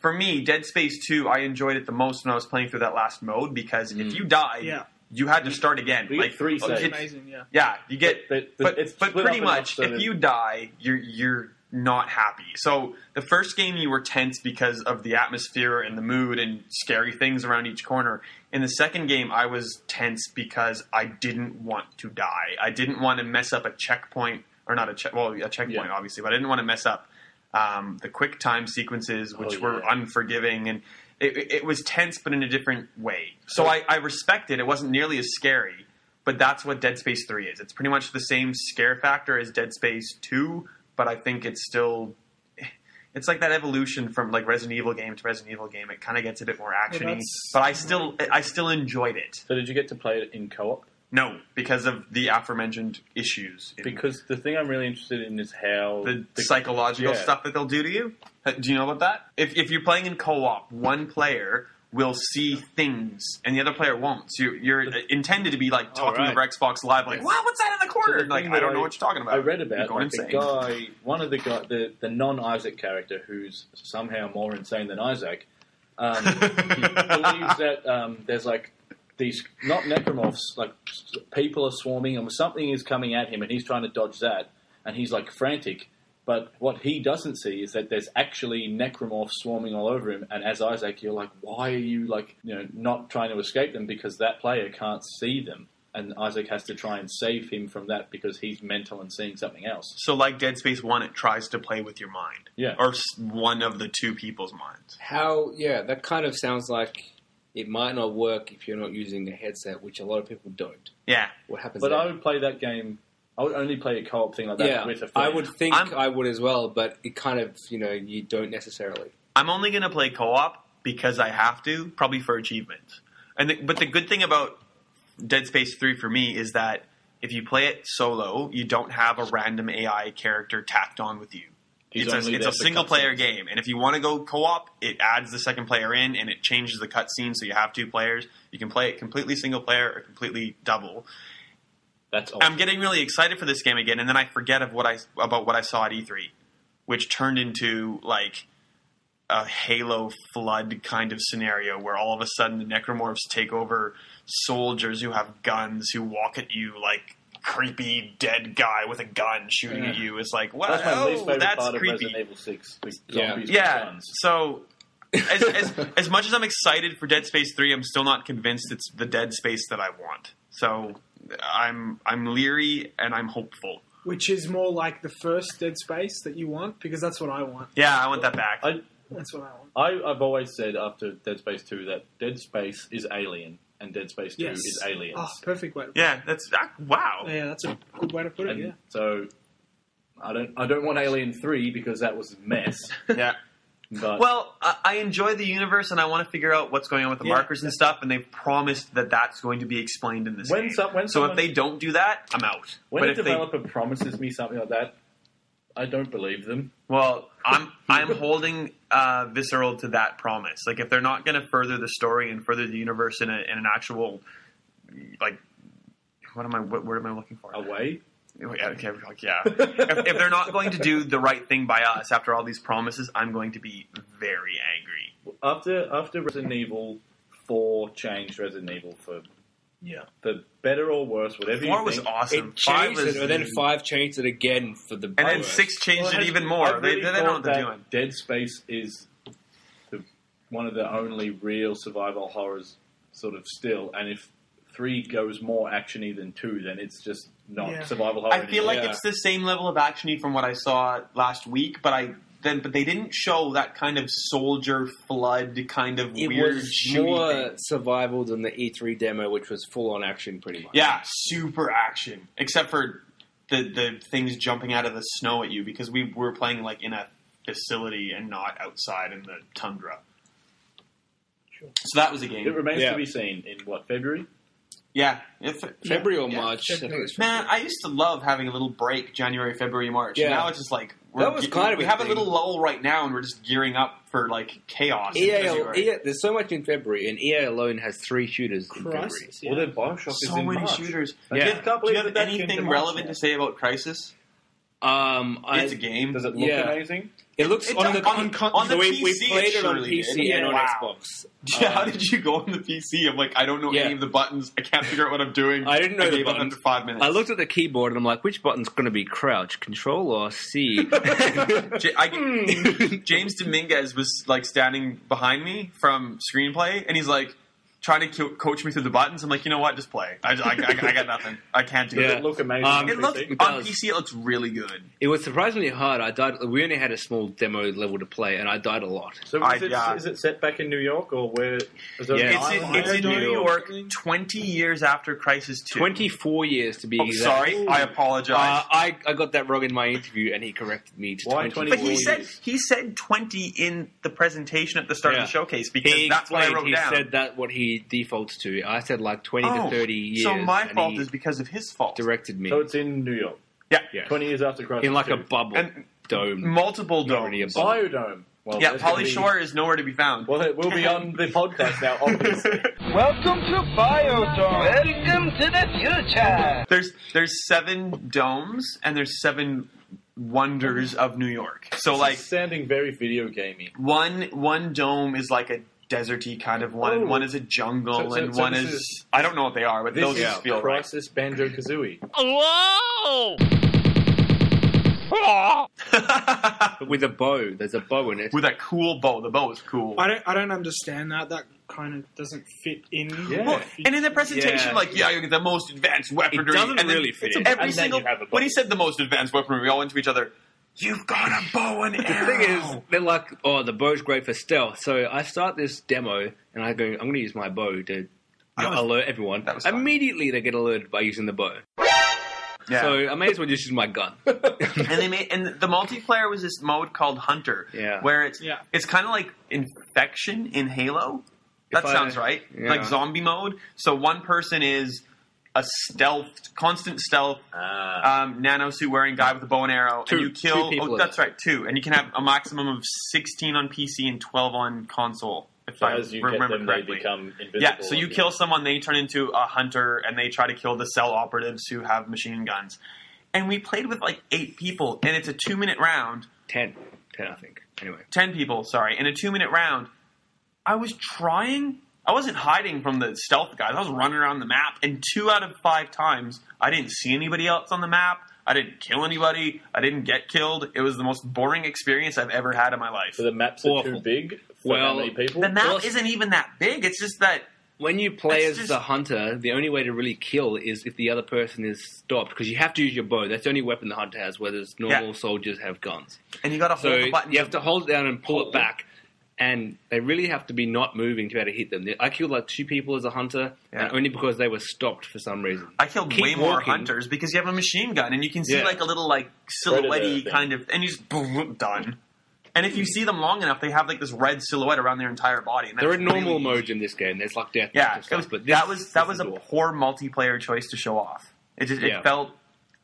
Speaker 3: For me, Dead Space 2, I enjoyed it the most when I was playing through that last mode because if you died,
Speaker 5: Yeah.
Speaker 3: you had to start again.
Speaker 4: Mm. You get
Speaker 3: like
Speaker 4: three
Speaker 3: it's-
Speaker 4: saves.
Speaker 5: amazing. Yeah.
Speaker 3: Yeah, you get
Speaker 4: But- but-
Speaker 3: but
Speaker 4: it's
Speaker 3: but
Speaker 4: split
Speaker 3: pretty
Speaker 4: up enough
Speaker 3: much
Speaker 4: so
Speaker 3: if
Speaker 4: that-
Speaker 3: you die, you're you're not happy. So the first game you were tense because of the atmosphere and the mood and scary things around each corner. In the second game, I was tense because I didn't want to die. I didn't want to mess up a checkpoint or not a check well a checkpoint
Speaker 4: Yeah.
Speaker 3: obviously, but I didn't want to mess up um, the quick time sequences which
Speaker 4: Oh,
Speaker 3: were
Speaker 4: yeah.
Speaker 3: unforgiving and. It, it- it was tense, but in a different way. So I, I respect it. It wasn't nearly as scary, but that's what Dead Space 3 is. It's pretty much the same scare factor as Dead Space 2, but I think it's still it's like that evolution from like Resident Evil game to Resident Evil game. It kind of gets a bit more actiony,
Speaker 5: that's-
Speaker 3: but I still I still enjoyed it.
Speaker 4: So did you get to play it in co-op?
Speaker 3: No, because of the aforementioned issues. in
Speaker 4: Because the thing I'm really interested in is how
Speaker 3: the psychological
Speaker 4: yeah.
Speaker 3: stuff that they'll do to you. Uh, Do you know about that? If if you're playing in co-op, one player will see things and the other player won't. So you're, you're uh, intended to be like talking
Speaker 1: right.
Speaker 3: over Xbox Live, like, "Wow, what's that in the
Speaker 4: So
Speaker 3: corner?"
Speaker 4: the
Speaker 3: And, like,
Speaker 4: thing
Speaker 3: I
Speaker 4: that
Speaker 3: don't know what you're talking about.
Speaker 4: I read
Speaker 3: You're
Speaker 4: about
Speaker 3: going
Speaker 4: like, the
Speaker 3: insane.
Speaker 4: guy, one of the guy, the, the non Isaac character who's somehow more insane than Isaac, um, believes that um, there's like these not necromorphs, like s- people are swarming and something is coming at him, and he's trying to dodge that, and he's like frantic. But what he doesn't see is that there's actually necromorphs swarming all over him. And as Isaac, you're like, why are you like you know not trying to escape them because that player can't see them, and Isaac has to try and save him from that because he's mental and seeing something else.
Speaker 3: So, like Dead Space One, it tries to play with your mind,
Speaker 4: Yeah.
Speaker 3: or s- one of the two people's minds.
Speaker 1: How? Yeah, that kind of sounds like it might not work if you're not using a headset, which a lot of people don't.
Speaker 3: Yeah,
Speaker 1: What happens?
Speaker 4: But
Speaker 1: there?
Speaker 4: I would play that game. I would only play a co-op thing like that
Speaker 1: yeah,
Speaker 4: with a friend.
Speaker 1: I would think
Speaker 3: I'm-
Speaker 1: i would as well, but it kind of you know you don't necessarily.
Speaker 3: I'm only going to play co-op because I have to, probably for achievements. And the, but the good thing about Dead Space 3 for me is that if you play it solo, you don't have a random AI character tacked on with you.
Speaker 4: He's
Speaker 3: it's
Speaker 4: only
Speaker 3: a, it's
Speaker 4: there
Speaker 3: a
Speaker 4: for
Speaker 3: single player
Speaker 4: cutscenes.
Speaker 3: game, and if you want to go co-op, it adds the second player in, and it changes the cutscene, so you have two players. You can play it completely single player or completely double.
Speaker 4: That's all.
Speaker 3: I'm getting really excited for this game again, and then I forget of what I about what I saw at E3, which turned into like a Halo flood kind of scenario where all of a sudden the Necromorphs take over soldiers who have guns who walk at you like creepy dead guy with a gun shooting at you. It's like wow,
Speaker 4: that's
Speaker 3: oh, that's,
Speaker 4: my least favorite part of
Speaker 3: creepy.
Speaker 4: Resident Evil Six. The
Speaker 1: Yeah.
Speaker 4: zombies with
Speaker 3: Yeah,
Speaker 4: guns.
Speaker 3: so. as, as, as much as I'm excited for Dead Space 3, I'm still not convinced it's the Dead Space that I want. So I'm I'm leery and I'm hopeful.
Speaker 5: Which is more like the first Dead Space that you want, because that's what I want.
Speaker 3: Yeah, I want that back.
Speaker 4: I,
Speaker 5: That's what I want.
Speaker 4: I I've always said after Dead Space Two that Dead Space is Alien and Dead Space Two
Speaker 5: Yes.
Speaker 4: is Aliens.
Speaker 3: Ah,
Speaker 5: Oh, perfect way. To
Speaker 3: yeah, that's ah, wow.
Speaker 5: yeah, that's a good way to put it.
Speaker 4: And
Speaker 5: Yeah.
Speaker 4: So I don't I don't want Alien Three because that was a mess.
Speaker 3: Yeah.
Speaker 4: But
Speaker 3: Well, I, I enjoy the universe, and I want to figure out what's going on with the
Speaker 5: Yeah.
Speaker 3: markers and stuff. And they've promised that that's going to be explained in this
Speaker 4: When
Speaker 3: game.
Speaker 4: some- when
Speaker 3: so
Speaker 4: someone-
Speaker 3: if they don't do that, I'm out.
Speaker 4: when
Speaker 3: but
Speaker 4: a
Speaker 3: if they
Speaker 4: developer promises me something like that, I don't believe them.
Speaker 3: well, I'm I'm holding uh, visceral to that promise. Like if they're not going to further the story and further the universe in, a, in an actual like. What am I? What word am I looking for?
Speaker 4: Away.
Speaker 3: Yeah, okay, like, yeah. if, if they're not going to do the right thing by us after all these promises, I'm going to be very angry.
Speaker 4: after after Resident Evil Four changed Resident Evil for
Speaker 5: Yeah.
Speaker 4: for better or worse, whatever
Speaker 3: Four
Speaker 4: you
Speaker 3: was
Speaker 4: think.
Speaker 3: awesome.
Speaker 1: It
Speaker 3: Five
Speaker 1: changed
Speaker 3: was,
Speaker 1: it, and then five changed it again for the.
Speaker 3: and then
Speaker 1: worst.
Speaker 3: six changed
Speaker 4: Well,
Speaker 3: it
Speaker 4: I-
Speaker 3: even
Speaker 4: I
Speaker 3: more.
Speaker 4: really
Speaker 3: they, they, they know
Speaker 4: thought
Speaker 3: what they're
Speaker 4: that
Speaker 3: doing.
Speaker 4: Dead Space is the, one of the only real survival horrors, sort of still. And if three goes more actiony than two, then it's just not
Speaker 5: Yeah.
Speaker 4: survival horror.
Speaker 3: I feel like
Speaker 1: Yeah.
Speaker 3: it's the same level of actiony from what I saw last week, but I then but they didn't show that kind of soldier flood kind of
Speaker 1: It
Speaker 3: weird
Speaker 1: was
Speaker 3: shooty
Speaker 1: more
Speaker 3: thing.
Speaker 1: survival than the E3 demo, which was full on action, pretty much.
Speaker 3: Yeah, super action. Except for the the things jumping out of the snow at you because we were playing like in a facility and not outside in the tundra. So that was a
Speaker 4: it
Speaker 3: game.
Speaker 4: remains
Speaker 1: Yeah.
Speaker 4: to be seen in what February.
Speaker 3: Yeah. If-
Speaker 1: February or
Speaker 5: Yeah,
Speaker 1: March. I think
Speaker 5: February.
Speaker 1: it's
Speaker 3: Man, I used to love having a little break January, February, March.
Speaker 1: Yeah.
Speaker 3: Now it's just like we're
Speaker 1: That was
Speaker 3: ge-
Speaker 1: kind of
Speaker 3: we
Speaker 1: a
Speaker 3: have a
Speaker 1: thing.
Speaker 3: little lull right now, and we're just gearing up for like chaos. in
Speaker 1: EA,
Speaker 3: February.
Speaker 1: EA, E there's so much in February, and EA alone has three shooters in February.
Speaker 5: Crisis. Yeah.
Speaker 4: Well, then Bioshock is
Speaker 3: so
Speaker 4: in
Speaker 3: many
Speaker 4: March.
Speaker 3: shooters.
Speaker 1: Yeah.
Speaker 3: Do you
Speaker 4: Can't
Speaker 3: have, do you
Speaker 4: believe
Speaker 3: have
Speaker 4: that that came to
Speaker 3: anything
Speaker 4: March
Speaker 3: relevant
Speaker 4: now.
Speaker 3: to say about Crisis?
Speaker 1: Um, I,
Speaker 3: it's a game.
Speaker 4: Does it look
Speaker 1: Yeah.
Speaker 4: amazing?
Speaker 1: it looks
Speaker 3: it
Speaker 1: on
Speaker 3: does-
Speaker 1: the
Speaker 3: on- on the
Speaker 1: we, we
Speaker 3: PC,
Speaker 1: played it on
Speaker 3: surely,
Speaker 1: PC
Speaker 3: dude.
Speaker 1: and on
Speaker 3: Wow.
Speaker 1: Xbox.
Speaker 3: Yeah, how did you go on the PC? I'm like, I don't know
Speaker 1: uh, Yeah.
Speaker 3: any of the buttons. I can't figure out what I'm doing.
Speaker 1: I didn't know the
Speaker 3: gave up
Speaker 1: buttons.
Speaker 3: after five minutes.
Speaker 1: I looked at the keyboard and I'm like, which button's going to be crouch, control or C?
Speaker 3: J- I- James Dominguez was like standing behind me from screenplay, and he's like trying to co- coach me through the buttons. I'm like, you know what? Just play. I, I, I, I got nothing. I can't do
Speaker 1: Yeah.
Speaker 4: Does it look amazing?
Speaker 1: Um,
Speaker 4: on
Speaker 3: it. It looks
Speaker 4: PC?
Speaker 1: It
Speaker 3: on
Speaker 1: does.
Speaker 3: PC. It looks really good.
Speaker 1: It was surprisingly hard. I died. We only had a small demo level to play, and I died a lot.
Speaker 4: So
Speaker 3: I-
Speaker 4: is, it,
Speaker 3: yeah.
Speaker 4: is it set back in New York or where? Is there
Speaker 1: Yeah.
Speaker 4: an
Speaker 3: It's in,
Speaker 4: island?
Speaker 3: it's in
Speaker 5: Iodine
Speaker 3: New
Speaker 5: or
Speaker 3: York,
Speaker 5: something?
Speaker 3: 20 years after Crisis 2.
Speaker 1: Twenty-four years to be
Speaker 3: Oh,
Speaker 1: exact.
Speaker 3: sorry, I
Speaker 1: Uh,
Speaker 3: apologize.
Speaker 1: I, I got that wrong in my interview, and he corrected me to
Speaker 4: Why
Speaker 1: twenty.
Speaker 3: but
Speaker 4: 24
Speaker 3: he said
Speaker 4: years.
Speaker 3: he said 20 in the presentation at the start
Speaker 1: Yeah.
Speaker 3: of the showcase because
Speaker 1: He
Speaker 3: that's what I
Speaker 1: explained-
Speaker 3: wrote
Speaker 1: he
Speaker 3: down.
Speaker 1: said that what he defaults to. I said like twenty
Speaker 3: Oh,
Speaker 1: to thirty years.
Speaker 3: so my
Speaker 1: and
Speaker 3: fault
Speaker 1: he
Speaker 3: is because of his fault.
Speaker 1: directed me.
Speaker 4: So it's in New York.
Speaker 3: Yeah,
Speaker 1: Yeah.
Speaker 4: Twenty years after Crisis.
Speaker 1: in like a
Speaker 4: 2.
Speaker 1: bubble
Speaker 3: And-
Speaker 1: dome.
Speaker 3: multiple
Speaker 1: Not really a
Speaker 3: domes.
Speaker 1: bubble.
Speaker 4: biodome. Well,
Speaker 3: Yeah,
Speaker 4: that's
Speaker 3: Polly
Speaker 4: gonna be-
Speaker 3: Shore is nowhere to be found.
Speaker 4: Well, it will be on the podcast now, obviously.
Speaker 6: Welcome to Biodome. Welcome to the future.
Speaker 3: There's there's seven domes and there's seven wonders of New York. So like
Speaker 4: sounding very video gamey.
Speaker 3: one one dome is like a deserty kind of one, and
Speaker 4: Oh.
Speaker 3: one is a jungle,
Speaker 4: So- so-
Speaker 3: and
Speaker 4: so
Speaker 3: one
Speaker 4: this
Speaker 3: is,
Speaker 4: is-
Speaker 3: I don't know what they are, but
Speaker 4: This
Speaker 3: those
Speaker 4: is
Speaker 3: just feel right.
Speaker 4: Crisis Banjo Kazooie.
Speaker 1: But with a bow, there's a bow in it.
Speaker 3: With that cool bow, the bow is cool.
Speaker 5: I don't. I don't understand that. That kind of doesn't fit in.
Speaker 4: Yeah.
Speaker 3: Well, and in the presentation,
Speaker 1: Yeah.
Speaker 3: like, yeah, you get the most advanced weaponry.
Speaker 1: doesn't
Speaker 3: and then
Speaker 1: really fit
Speaker 3: it's
Speaker 1: in.
Speaker 3: Every
Speaker 4: And then
Speaker 3: single
Speaker 4: you have a bow.
Speaker 3: when he said the most advanced weaponry, we all went to each other. You've got a bow and
Speaker 1: The
Speaker 3: arrow.
Speaker 1: thing is, they're like, oh, the bow's great for stealth. So I start this demo, and I go, I'm going to use my bow to
Speaker 3: That was-
Speaker 1: alert everyone.
Speaker 3: that was fun.
Speaker 1: Immediately, they get alerted by using the bow.
Speaker 3: yeah.
Speaker 1: So I may as well just use my gun.
Speaker 3: and they made and the multiplayer was this mode called Hunter,
Speaker 1: Yeah.
Speaker 3: where it's
Speaker 5: Yeah.
Speaker 3: it's kind of like infection in Halo. That
Speaker 1: I-
Speaker 3: sounds right,
Speaker 1: yeah.
Speaker 3: like zombie mode. So one person is a stealth, constant stealth,
Speaker 4: Ah.
Speaker 3: um, nano suit wearing guy with a bow and arrow,
Speaker 1: Two-
Speaker 3: and you
Speaker 1: two
Speaker 3: kill.
Speaker 1: people
Speaker 3: oh,
Speaker 1: in
Speaker 3: that's
Speaker 1: it.
Speaker 3: right, two, and you can have a maximum of sixteen on PC and twelve on console. If
Speaker 4: So
Speaker 3: I
Speaker 4: as you get
Speaker 3: remember
Speaker 4: them,
Speaker 3: correctly.
Speaker 4: they become invisible.
Speaker 3: Yeah, so you kill someone, they turn into a hunter, and they try to kill the cell operatives who have machine guns. And we played with like eight people, and it's a two minute round,
Speaker 1: ten. Ten, I think. Anyway.
Speaker 3: ten people, sorry, in a two minute round. I was trying, I wasn't hiding from the stealth guys, I was running around the map, and two out of five times, I didn't see anybody else on the map. I didn't kill anybody. I didn't get killed. It was the most boring experience I've ever had in my life.
Speaker 4: So the maps are
Speaker 1: Awful.
Speaker 4: too big for
Speaker 1: Well,
Speaker 4: how many people?
Speaker 3: The map
Speaker 1: Well,
Speaker 3: isn't even that big. It's just that
Speaker 1: When you play as
Speaker 3: That's just-
Speaker 1: the hunter, the only way to really kill is if the other person is stopped, because you have to use your bow. That's the only weapon the hunter has, whereas normal
Speaker 3: Yeah.
Speaker 1: soldiers have guns.
Speaker 3: and you got to
Speaker 1: So
Speaker 3: hold the button.
Speaker 1: you have to hold it down and pull
Speaker 4: Hold
Speaker 1: it
Speaker 4: it.
Speaker 1: back. And they really have to be not moving to be able to hit them. I killed like two people as a hunter, and
Speaker 3: Yeah.
Speaker 1: only because they were stopped for some reason.
Speaker 3: I killed
Speaker 1: Keep
Speaker 3: way more
Speaker 1: walking.
Speaker 3: hunters because you have a machine gun and you can see
Speaker 1: Yeah.
Speaker 3: like a little like
Speaker 4: Predator
Speaker 3: silhouette
Speaker 4: thing.
Speaker 3: kind of, and you just boom, done. And if you see them long enough, they have like this red silhouette around their entire body. And
Speaker 1: There are
Speaker 3: that's
Speaker 1: normal
Speaker 3: really-
Speaker 1: modes in this game. There's like death.
Speaker 3: Yeah,
Speaker 1: and
Speaker 3: it was,
Speaker 1: stuff, but
Speaker 3: that
Speaker 1: this-
Speaker 3: was that
Speaker 1: this is
Speaker 3: was a
Speaker 1: awful.
Speaker 3: poor multiplayer choice to show off. It just it
Speaker 1: Yeah.
Speaker 3: felt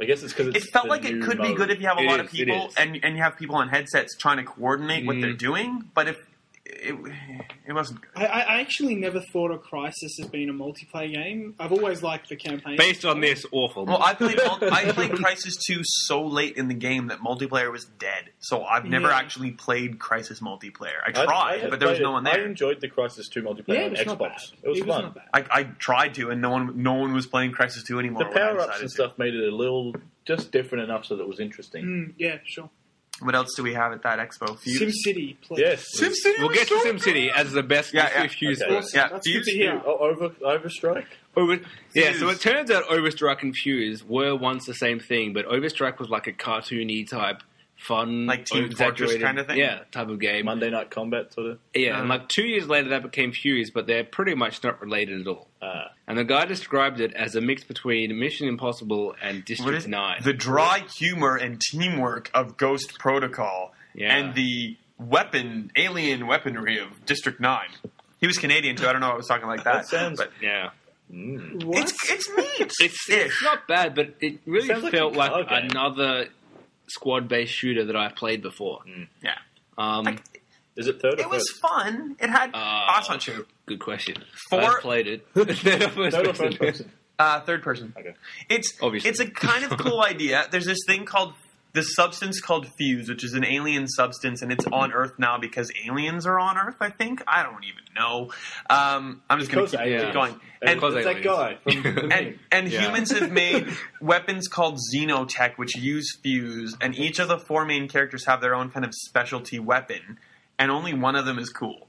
Speaker 4: I guess it's because
Speaker 3: it felt like it could be good if you have a
Speaker 1: It
Speaker 3: lot
Speaker 1: is,
Speaker 3: of
Speaker 1: it
Speaker 3: people
Speaker 1: is.
Speaker 3: and and you have people on headsets trying to coordinate what
Speaker 1: Mm.
Speaker 3: they're doing. But if it it wasn't good.
Speaker 5: I, I I actually never thought of Crisis as being a multiplayer game. I've always liked the campaign.
Speaker 1: based on this awful.
Speaker 3: Well, I played mul- I played Crisis Two so late in the game that multiplayer was dead. So I've never
Speaker 5: Yeah.
Speaker 3: actually played Crisis multiplayer. I
Speaker 4: I-
Speaker 3: tried,
Speaker 4: I have
Speaker 3: but there was
Speaker 4: played
Speaker 3: no
Speaker 4: it.
Speaker 3: one
Speaker 4: I
Speaker 3: there.
Speaker 4: enjoyed the Crisis 2 multiplayer
Speaker 5: yeah,
Speaker 4: on
Speaker 5: it was
Speaker 4: Xbox.
Speaker 5: not bad.
Speaker 4: It was fun.
Speaker 5: not bad.
Speaker 3: I, I tried to, and no one no one was playing Crisis Two anymore.
Speaker 4: The
Speaker 3: when I
Speaker 4: power ups
Speaker 3: decided
Speaker 4: and
Speaker 3: to.
Speaker 4: stuff made it a little just different enough so that it was interesting.
Speaker 5: Mm, yeah, sure.
Speaker 3: What else do we have at that expo? Fuse.
Speaker 5: SimCity, please.
Speaker 4: Yes.
Speaker 3: SimCity.
Speaker 1: we'll
Speaker 3: was
Speaker 1: get to
Speaker 3: so
Speaker 1: SimCity as the best
Speaker 3: Yeah, yeah.
Speaker 1: Hughes
Speaker 4: Okay.
Speaker 1: verse.
Speaker 3: Yeah,
Speaker 5: That's
Speaker 3: Fuse
Speaker 5: good to
Speaker 4: Yeah.
Speaker 5: hear.
Speaker 4: O- Oh, Over, overstrike.
Speaker 1: Over, yeah,
Speaker 3: Fuse.
Speaker 1: so it turns out Overstrike and Fuse were once the same thing, but Overstrike was like a cartoony type, fun,
Speaker 3: Like Team
Speaker 1: exaggerated-
Speaker 3: Fortress kind of thing?
Speaker 1: Yeah, type of game.
Speaker 4: Monday Night Combat, sort of.
Speaker 1: Yeah, and
Speaker 3: Uh.
Speaker 1: like two years later, that became Fuse, but they're pretty much not related at all.
Speaker 4: Uh,
Speaker 1: And the guy described it as a mix between Mission Impossible and
Speaker 3: What is
Speaker 1: District Nine.
Speaker 3: the dry humor and teamwork of Ghost Protocol
Speaker 1: Yeah.
Speaker 3: and the weapon alien weaponry of District Nine? He was Canadian, so I don't know. why I was talking like that.
Speaker 4: That sounds-
Speaker 3: but
Speaker 1: yeah,
Speaker 4: mm.
Speaker 5: What?
Speaker 3: it's it's neat.
Speaker 1: it's,
Speaker 3: ish.
Speaker 1: it's not bad, but it really
Speaker 4: Sounds like a
Speaker 1: felt like,
Speaker 4: card game.
Speaker 1: another squad-based shooter that I've played before.
Speaker 4: Mm.
Speaker 3: Yeah.
Speaker 1: Um,
Speaker 3: Like,
Speaker 4: Is it third or
Speaker 3: It was
Speaker 4: first?
Speaker 3: fun. It had.
Speaker 1: Uh,
Speaker 3: Ah, it's not true.
Speaker 1: Good question.
Speaker 3: Four-
Speaker 1: I've played it. They're not first
Speaker 4: Third or
Speaker 1: person.
Speaker 4: first person?
Speaker 3: Uh, third person.
Speaker 4: Okay.
Speaker 3: It's
Speaker 1: Obviously.
Speaker 3: it's a kind of cool idea. There's this thing called the substance called fuse, which is an alien substance, and it's on Earth now because aliens are on Earth. I think I don't even know. Um, I'm just going
Speaker 4: Because
Speaker 3: to keep,
Speaker 4: aliens.
Speaker 3: keep going.
Speaker 4: And
Speaker 1: Because
Speaker 4: it's
Speaker 1: aliens.
Speaker 4: that guy from the
Speaker 3: And,
Speaker 4: thing.
Speaker 3: and
Speaker 1: Yeah.
Speaker 3: humans have made weapons called xenotech, which use fuse, and each of the four main characters have their own kind of specialty weapon, and only one of them is cool.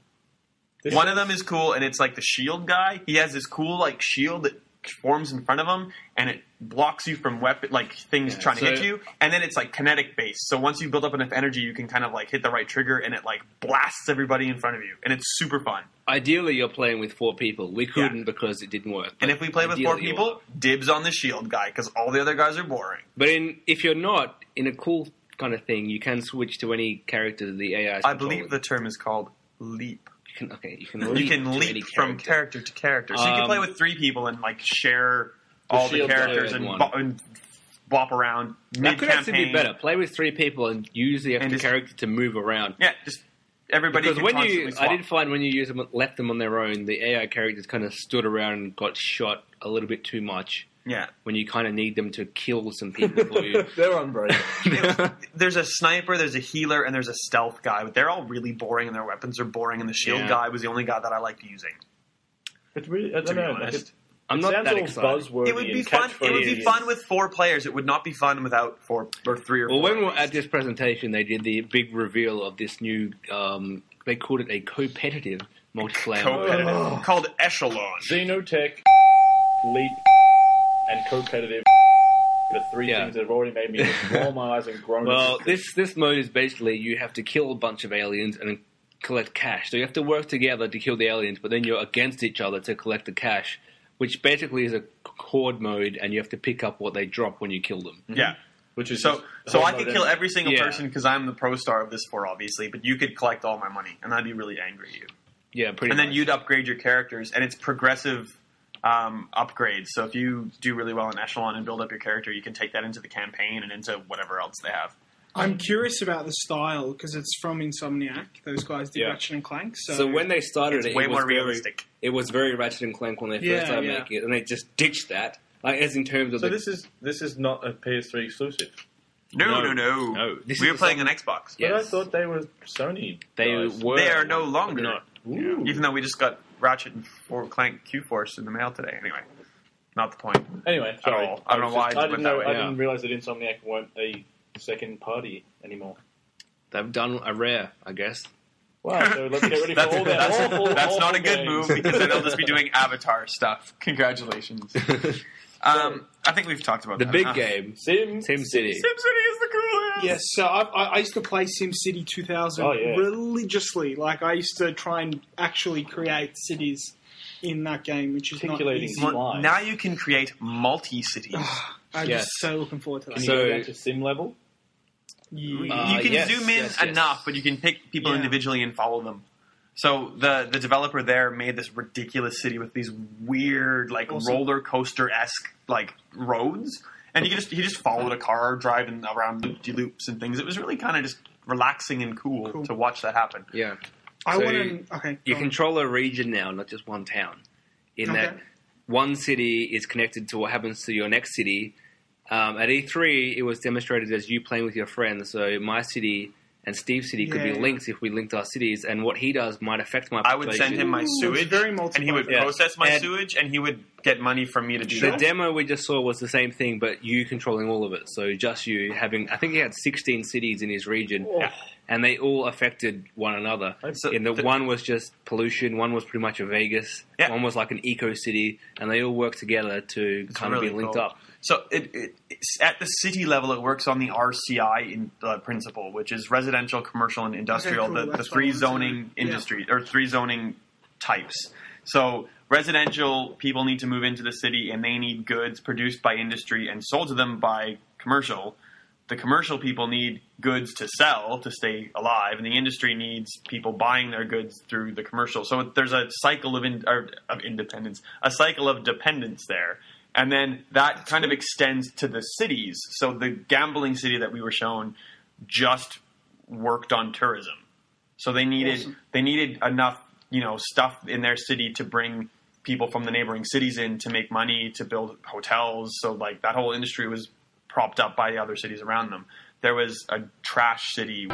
Speaker 4: This
Speaker 3: One of them is cool, and it's like the shield guy. He has this cool like shield that forms in front of him, and it blocks you from weapon like things
Speaker 1: Yeah,
Speaker 3: trying
Speaker 1: so-
Speaker 3: to hit you. And then it's like kinetic based. So once you build up enough energy, you can kind of like hit the right trigger, and it like blasts everybody in front of you, and it's super fun.
Speaker 1: Ideally, you're playing with four people. We couldn't because it didn't work.
Speaker 3: And
Speaker 1: but
Speaker 3: if we play with four
Speaker 1: ideally you
Speaker 3: people,
Speaker 1: are.
Speaker 3: dibs on the shield guy because all the other guys are boring.
Speaker 1: but in if you're not in a cool kind of thing, you can switch to any character the AI. is
Speaker 3: I believe the
Speaker 1: controlling.
Speaker 3: term is called leap.
Speaker 1: You can, okay, you can leap,
Speaker 3: You can
Speaker 1: to
Speaker 3: leap
Speaker 1: any
Speaker 3: from
Speaker 1: character.
Speaker 3: character to character. So you can
Speaker 1: Um,
Speaker 3: play with three people and like share all the
Speaker 4: shield guy
Speaker 3: characters
Speaker 1: had
Speaker 3: and,
Speaker 1: one.
Speaker 3: bo- and bop around mid
Speaker 1: That could actually
Speaker 3: campaign.
Speaker 1: be better. Play with three people and use the extra
Speaker 3: just-
Speaker 1: character to move around.
Speaker 3: Yeah, just everybody.
Speaker 1: because
Speaker 3: can
Speaker 1: when you,
Speaker 3: constantly swap.
Speaker 1: I did find when you use them, left them on their own, the AI characters kind of stood around and got shot a little bit too much.
Speaker 3: Yeah.
Speaker 1: when you kind of need them to kill some people for you.
Speaker 4: They're unbreakable.
Speaker 3: There's a sniper, there's a healer, and there's a stealth guy, but they're all really boring, and their weapons are boring. And the shield
Speaker 1: Yeah.
Speaker 3: guy was the only guy that I liked using.
Speaker 4: It's really, I
Speaker 3: To
Speaker 4: don't
Speaker 3: be
Speaker 4: know. like
Speaker 3: honest,
Speaker 4: it-
Speaker 1: I'm
Speaker 4: it
Speaker 1: not
Speaker 4: sounds
Speaker 1: that
Speaker 4: all
Speaker 1: excited.
Speaker 4: buzzwordy
Speaker 3: it would be
Speaker 4: and
Speaker 3: fun. It would be
Speaker 4: catchphrases.
Speaker 3: fun with four players. It would not be fun without four or three or
Speaker 1: Well,
Speaker 3: four.
Speaker 1: when we were
Speaker 3: least.
Speaker 1: at this presentation, they did the big reveal of this new. Um, they called it a competitive multiplayer. mode.
Speaker 3: Co-competitive, called Echelon.
Speaker 4: Xenotech, Leap, and co-competitive. The three
Speaker 1: Yeah.
Speaker 4: things that have already made me roll my eyes and groan.
Speaker 1: Well, this this mode is basically you have to kill a bunch of aliens and collect cash. So you have to work together to kill the aliens, but then you're against each other to collect the cash, which basically is a horde mode, and you have to pick up what they drop when you kill them.
Speaker 3: Yeah.
Speaker 4: which is
Speaker 3: So,
Speaker 4: just
Speaker 3: so
Speaker 4: whole
Speaker 3: I could
Speaker 4: load
Speaker 3: kill
Speaker 4: of-
Speaker 3: every single
Speaker 1: Yeah.
Speaker 3: person because I'm the pro star of this four, obviously. But you could collect all my money, and I'd be really angry at you.
Speaker 1: Yeah, pretty.
Speaker 3: And then
Speaker 1: much.
Speaker 3: you'd upgrade your characters, and it's progressive um, upgrades. So if you do really well in Echelon and build up your character, you can take that into the campaign and into whatever else they have.
Speaker 5: I'm curious about the style because it's from Insomniac. Those guys did
Speaker 1: Yeah.
Speaker 5: Ratchet and Clank. So,
Speaker 1: So, when they started,
Speaker 3: It's
Speaker 1: it,
Speaker 3: way
Speaker 1: it was
Speaker 3: more
Speaker 1: very,
Speaker 3: realistic.
Speaker 1: It was very Ratchet and Clank when they first
Speaker 5: Yeah,
Speaker 1: started
Speaker 5: yeah.
Speaker 1: making it, and they just ditched that. Like as in terms of
Speaker 4: So
Speaker 1: the,
Speaker 4: this is this is not a PS3 exclusive.
Speaker 3: No,
Speaker 1: No.
Speaker 3: no, no.
Speaker 1: No. This
Speaker 3: we
Speaker 1: is
Speaker 3: were playing on Xbox.
Speaker 4: But I
Speaker 1: yes,
Speaker 4: thought they were Sony.
Speaker 1: they
Speaker 4: guys.
Speaker 1: were.
Speaker 3: They are no longer.
Speaker 1: No.
Speaker 4: Ooh.
Speaker 3: Even though we just got Ratchet and Fort Clank Q Force in the mail today. Anyway, not the point.
Speaker 4: Anyway,
Speaker 3: At
Speaker 4: sorry.
Speaker 3: all. I don't
Speaker 4: was
Speaker 3: know why
Speaker 4: just-
Speaker 3: it
Speaker 4: I
Speaker 3: went
Speaker 4: didn't
Speaker 3: that
Speaker 4: know.
Speaker 3: way.
Speaker 4: I
Speaker 1: Yeah.
Speaker 4: didn't realize that Insomniac weren't a second party anymore.
Speaker 1: They've done a rare, I guess.
Speaker 4: Wow. So let's get ready for
Speaker 3: that's
Speaker 4: all that.
Speaker 3: that's,
Speaker 4: awful,
Speaker 3: that's not a
Speaker 4: awful
Speaker 3: good
Speaker 4: games.
Speaker 3: move because then they'll just be doing Avatar stuff. Congratulations. Um, I think we've talked about
Speaker 1: The
Speaker 3: that
Speaker 1: big
Speaker 3: enough.
Speaker 1: game,
Speaker 4: Sim.
Speaker 1: SimCity.
Speaker 3: SimCity is the coolest.
Speaker 5: yes, so I, I, I used to play SimCity 2000
Speaker 4: Oh, yeah.
Speaker 5: religiously. Like I used to try and actually create cities in that game, which is not
Speaker 4: Articulating
Speaker 5: easy.
Speaker 4: small-
Speaker 3: Well,
Speaker 4: Why?
Speaker 3: now you can create multi cities.
Speaker 5: I'm
Speaker 1: Yes.
Speaker 5: just so looking forward to that.
Speaker 4: Can you
Speaker 1: So-
Speaker 4: go down to sim level?
Speaker 5: Yeah.
Speaker 1: Uh,
Speaker 3: you can
Speaker 1: yes,
Speaker 3: zoom in
Speaker 1: yes, yes.
Speaker 3: enough, but you can pick people
Speaker 5: Yeah.
Speaker 3: individually and follow them. So the the developer there made this ridiculous city with these weird like
Speaker 5: Awesome.
Speaker 3: roller coaster esque like roads, and you could just he just followed a car driving around loop de loops and things. It was really kind of just relaxing and cool,
Speaker 5: Cool.
Speaker 3: to watch that happen.
Speaker 1: Yeah,
Speaker 5: I
Speaker 1: so
Speaker 5: want to. Okay,
Speaker 1: you
Speaker 5: go on.
Speaker 1: control a region now, not just one town. In
Speaker 5: Okay.
Speaker 1: that one city is connected to what happens to your next city. Um, at E3, it was demonstrated as you playing with your friends. So my city and Steve's city could be
Speaker 5: Yeah.
Speaker 1: linked if we linked our cities, and what he does might affect my.
Speaker 3: I would
Speaker 1: population.
Speaker 3: send him my
Speaker 5: Ooh,
Speaker 3: sewage,
Speaker 5: it's very
Speaker 3: and he would
Speaker 5: multiplayer.
Speaker 3: process my
Speaker 1: And-
Speaker 3: sewage, and he would get money from me to do
Speaker 1: The
Speaker 3: that.
Speaker 1: demo we just saw was the same thing, but you controlling all of it. So just you having, I think he had 16 cities in his region,
Speaker 4: Yeah.
Speaker 1: and they all affected one another.
Speaker 3: So
Speaker 1: in that
Speaker 3: the-
Speaker 1: one was just pollution, one was pretty much a Vegas,
Speaker 3: Yeah.
Speaker 1: one was like an eco city, and they all work together to kind
Speaker 3: really
Speaker 1: of be linked
Speaker 3: cool.
Speaker 1: up.
Speaker 3: So it, it it's at the city level, it works on the RCI in, uh, principle, which is residential, commercial, and industrial.
Speaker 5: cool.
Speaker 3: The, the
Speaker 5: That's what I
Speaker 3: three
Speaker 5: wanted to know.
Speaker 3: zoning
Speaker 5: Yeah.
Speaker 3: industry or three zoning types. So residential people need to move into the city, and they need goods produced by industry and sold to them by commercial. The commercial people need goods to sell to stay alive, and the industry needs people buying their goods through the commercial. So there's a cycle of in, or of independence, a cycle of dependence there, and then that kind of extends to the cities. So the gambling city that we were shown just worked on tourism. So they needed they needed enough you know stuff in their city to bring people from the neighboring cities in to make money to build hotels. So like that whole industry was propped up by the other cities around them. There was a trash city.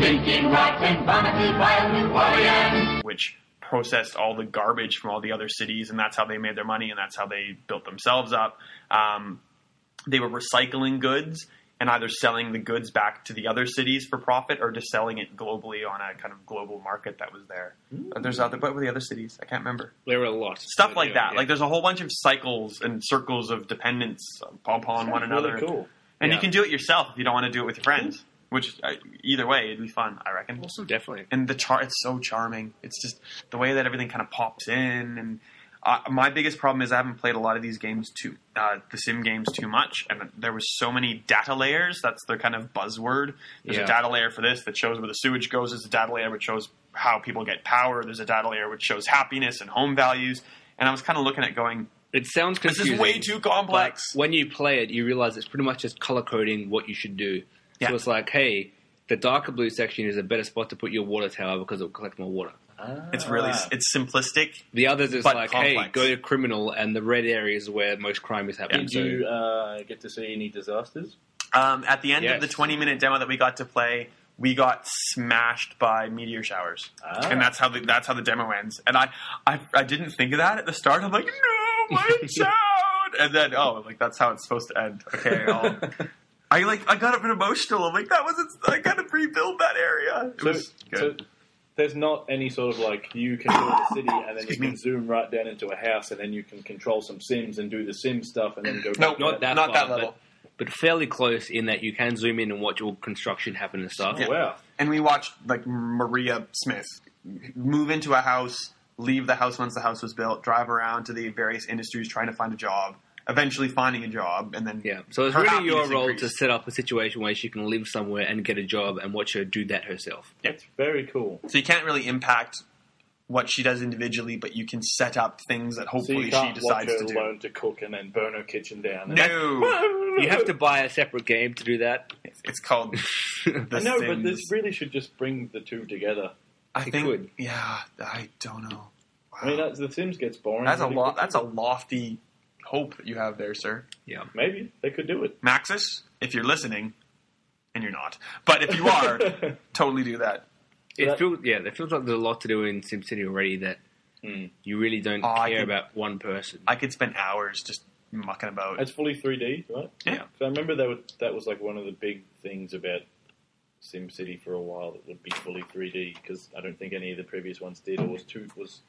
Speaker 7: Stinking, rotten, vomiting, violent warriors.
Speaker 3: which processed all the garbage from all the other cities, and that's how they made their money, and that's how they built themselves up. Um, they were recycling goods and either selling the goods back to the other cities for profit, or just selling it globally on a kind of global market that was there. But There's other, what were the other cities? I can't remember.
Speaker 1: There were a lot
Speaker 3: Stuff like that.
Speaker 1: Yeah.
Speaker 3: Like there's a whole bunch of cycles and circles of dependence upon one
Speaker 4: Really
Speaker 3: another,
Speaker 4: Cool.
Speaker 3: and
Speaker 1: Yeah.
Speaker 3: you can do it yourself if you don't want to do it with your friends. Which uh, either way, it'd be fun, I reckon
Speaker 1: definitely.
Speaker 3: and the char it's so charming it's just the way that everything kind of pops in and uh, my biggest problem is i haven't played a lot of these games too uh, the sim games too much and there was so many data layers that's their kind of buzzword there's
Speaker 1: Yeah.
Speaker 3: a data layer for this that shows where the sewage goes there's a data layer which shows how people get power there's a data layer which shows happiness and home values and i was kind of looking at going
Speaker 1: It sounds
Speaker 3: this
Speaker 1: confusing.
Speaker 3: is way too
Speaker 1: but
Speaker 3: complex
Speaker 1: when you play it, you realize it's pretty much just color coding what you should do.
Speaker 3: Yeah.
Speaker 1: So it's like, hey, the darker blue section is a better spot to put your water tower because it will collect more water.
Speaker 3: It's
Speaker 4: Ah.
Speaker 3: really s- it's simplistic.
Speaker 1: The others is
Speaker 3: But
Speaker 1: like, hey,
Speaker 3: complex.
Speaker 1: go to criminal, and the red area is where most crime is happening.
Speaker 4: Did
Speaker 1: So
Speaker 4: you uh, get to see any disasters?
Speaker 3: Um, at the end
Speaker 1: Yes.
Speaker 3: of the 20 minute demo that we got to play, we got smashed by meteor showers,
Speaker 4: Ah.
Speaker 3: and that's how the, that's how the demo ends. And I, I I didn't think of that at the start. I'm like, no, my sound, and then oh, like that's how it's supposed to end. Okay, I'll, I like I got a bit emotional. I'm like, that was it's, I gotta rebuild that area. It
Speaker 4: So,
Speaker 3: was good.
Speaker 4: so there's not any sort of like you can do the city and then you
Speaker 3: Excuse
Speaker 4: can
Speaker 3: me.
Speaker 4: zoom right down into a house and then you can control some sims and do the sim stuff and then go back.
Speaker 3: Nope,
Speaker 4: to
Speaker 1: not that
Speaker 3: Not
Speaker 1: far,
Speaker 3: that level.
Speaker 1: But, but fairly close in that you can zoom in and watch all construction happen and stuff.
Speaker 4: Oh, Wow.
Speaker 3: and we watched like Maria Smith move into a house, leave the house once the house was built, drive around to the various industries trying to find a job, eventually finding a job, and then
Speaker 1: Yeah. So it's
Speaker 3: her
Speaker 1: really your
Speaker 3: happiness
Speaker 1: role to
Speaker 3: increased.
Speaker 1: set up a situation where she can live somewhere and get a job and watch her do that herself.
Speaker 4: That's very cool.
Speaker 3: So you can't really impact what she does individually, but you can set up things that
Speaker 4: So
Speaker 3: hopefully
Speaker 4: you
Speaker 3: she
Speaker 4: can't watch
Speaker 3: decides
Speaker 4: her
Speaker 3: to do.
Speaker 4: learn to cook and then burn her kitchen down.
Speaker 3: No,
Speaker 1: You have to buy a separate game to do that.
Speaker 3: it's called. The
Speaker 4: I know, but
Speaker 3: Sims.
Speaker 4: this really should just bring the two together.
Speaker 3: I
Speaker 1: it
Speaker 3: think.
Speaker 1: could.
Speaker 3: Yeah, I don't know. Wow.
Speaker 4: I mean, that's, the Sims gets boring.
Speaker 3: that's a
Speaker 4: really
Speaker 3: lo-
Speaker 4: quickly.
Speaker 3: That's a lofty hope that you have there, sir.
Speaker 1: Yeah.
Speaker 4: Maybe they could do it.
Speaker 3: Maxis, if you're listening, and you're not, but if you are, totally do that.
Speaker 1: It
Speaker 4: that-
Speaker 1: feels yeah, it feels like there's a lot to do in SimCity already that you really don't
Speaker 3: Oh, I
Speaker 1: care
Speaker 3: can-
Speaker 1: about one person.
Speaker 3: I could spend hours just mucking about.
Speaker 4: It's fully 3D, right?
Speaker 3: Yeah.
Speaker 4: So I remember that was, that was like one of the big things about SimCity for a while that would be fully 3D because I don't think any of the previous ones did or was two was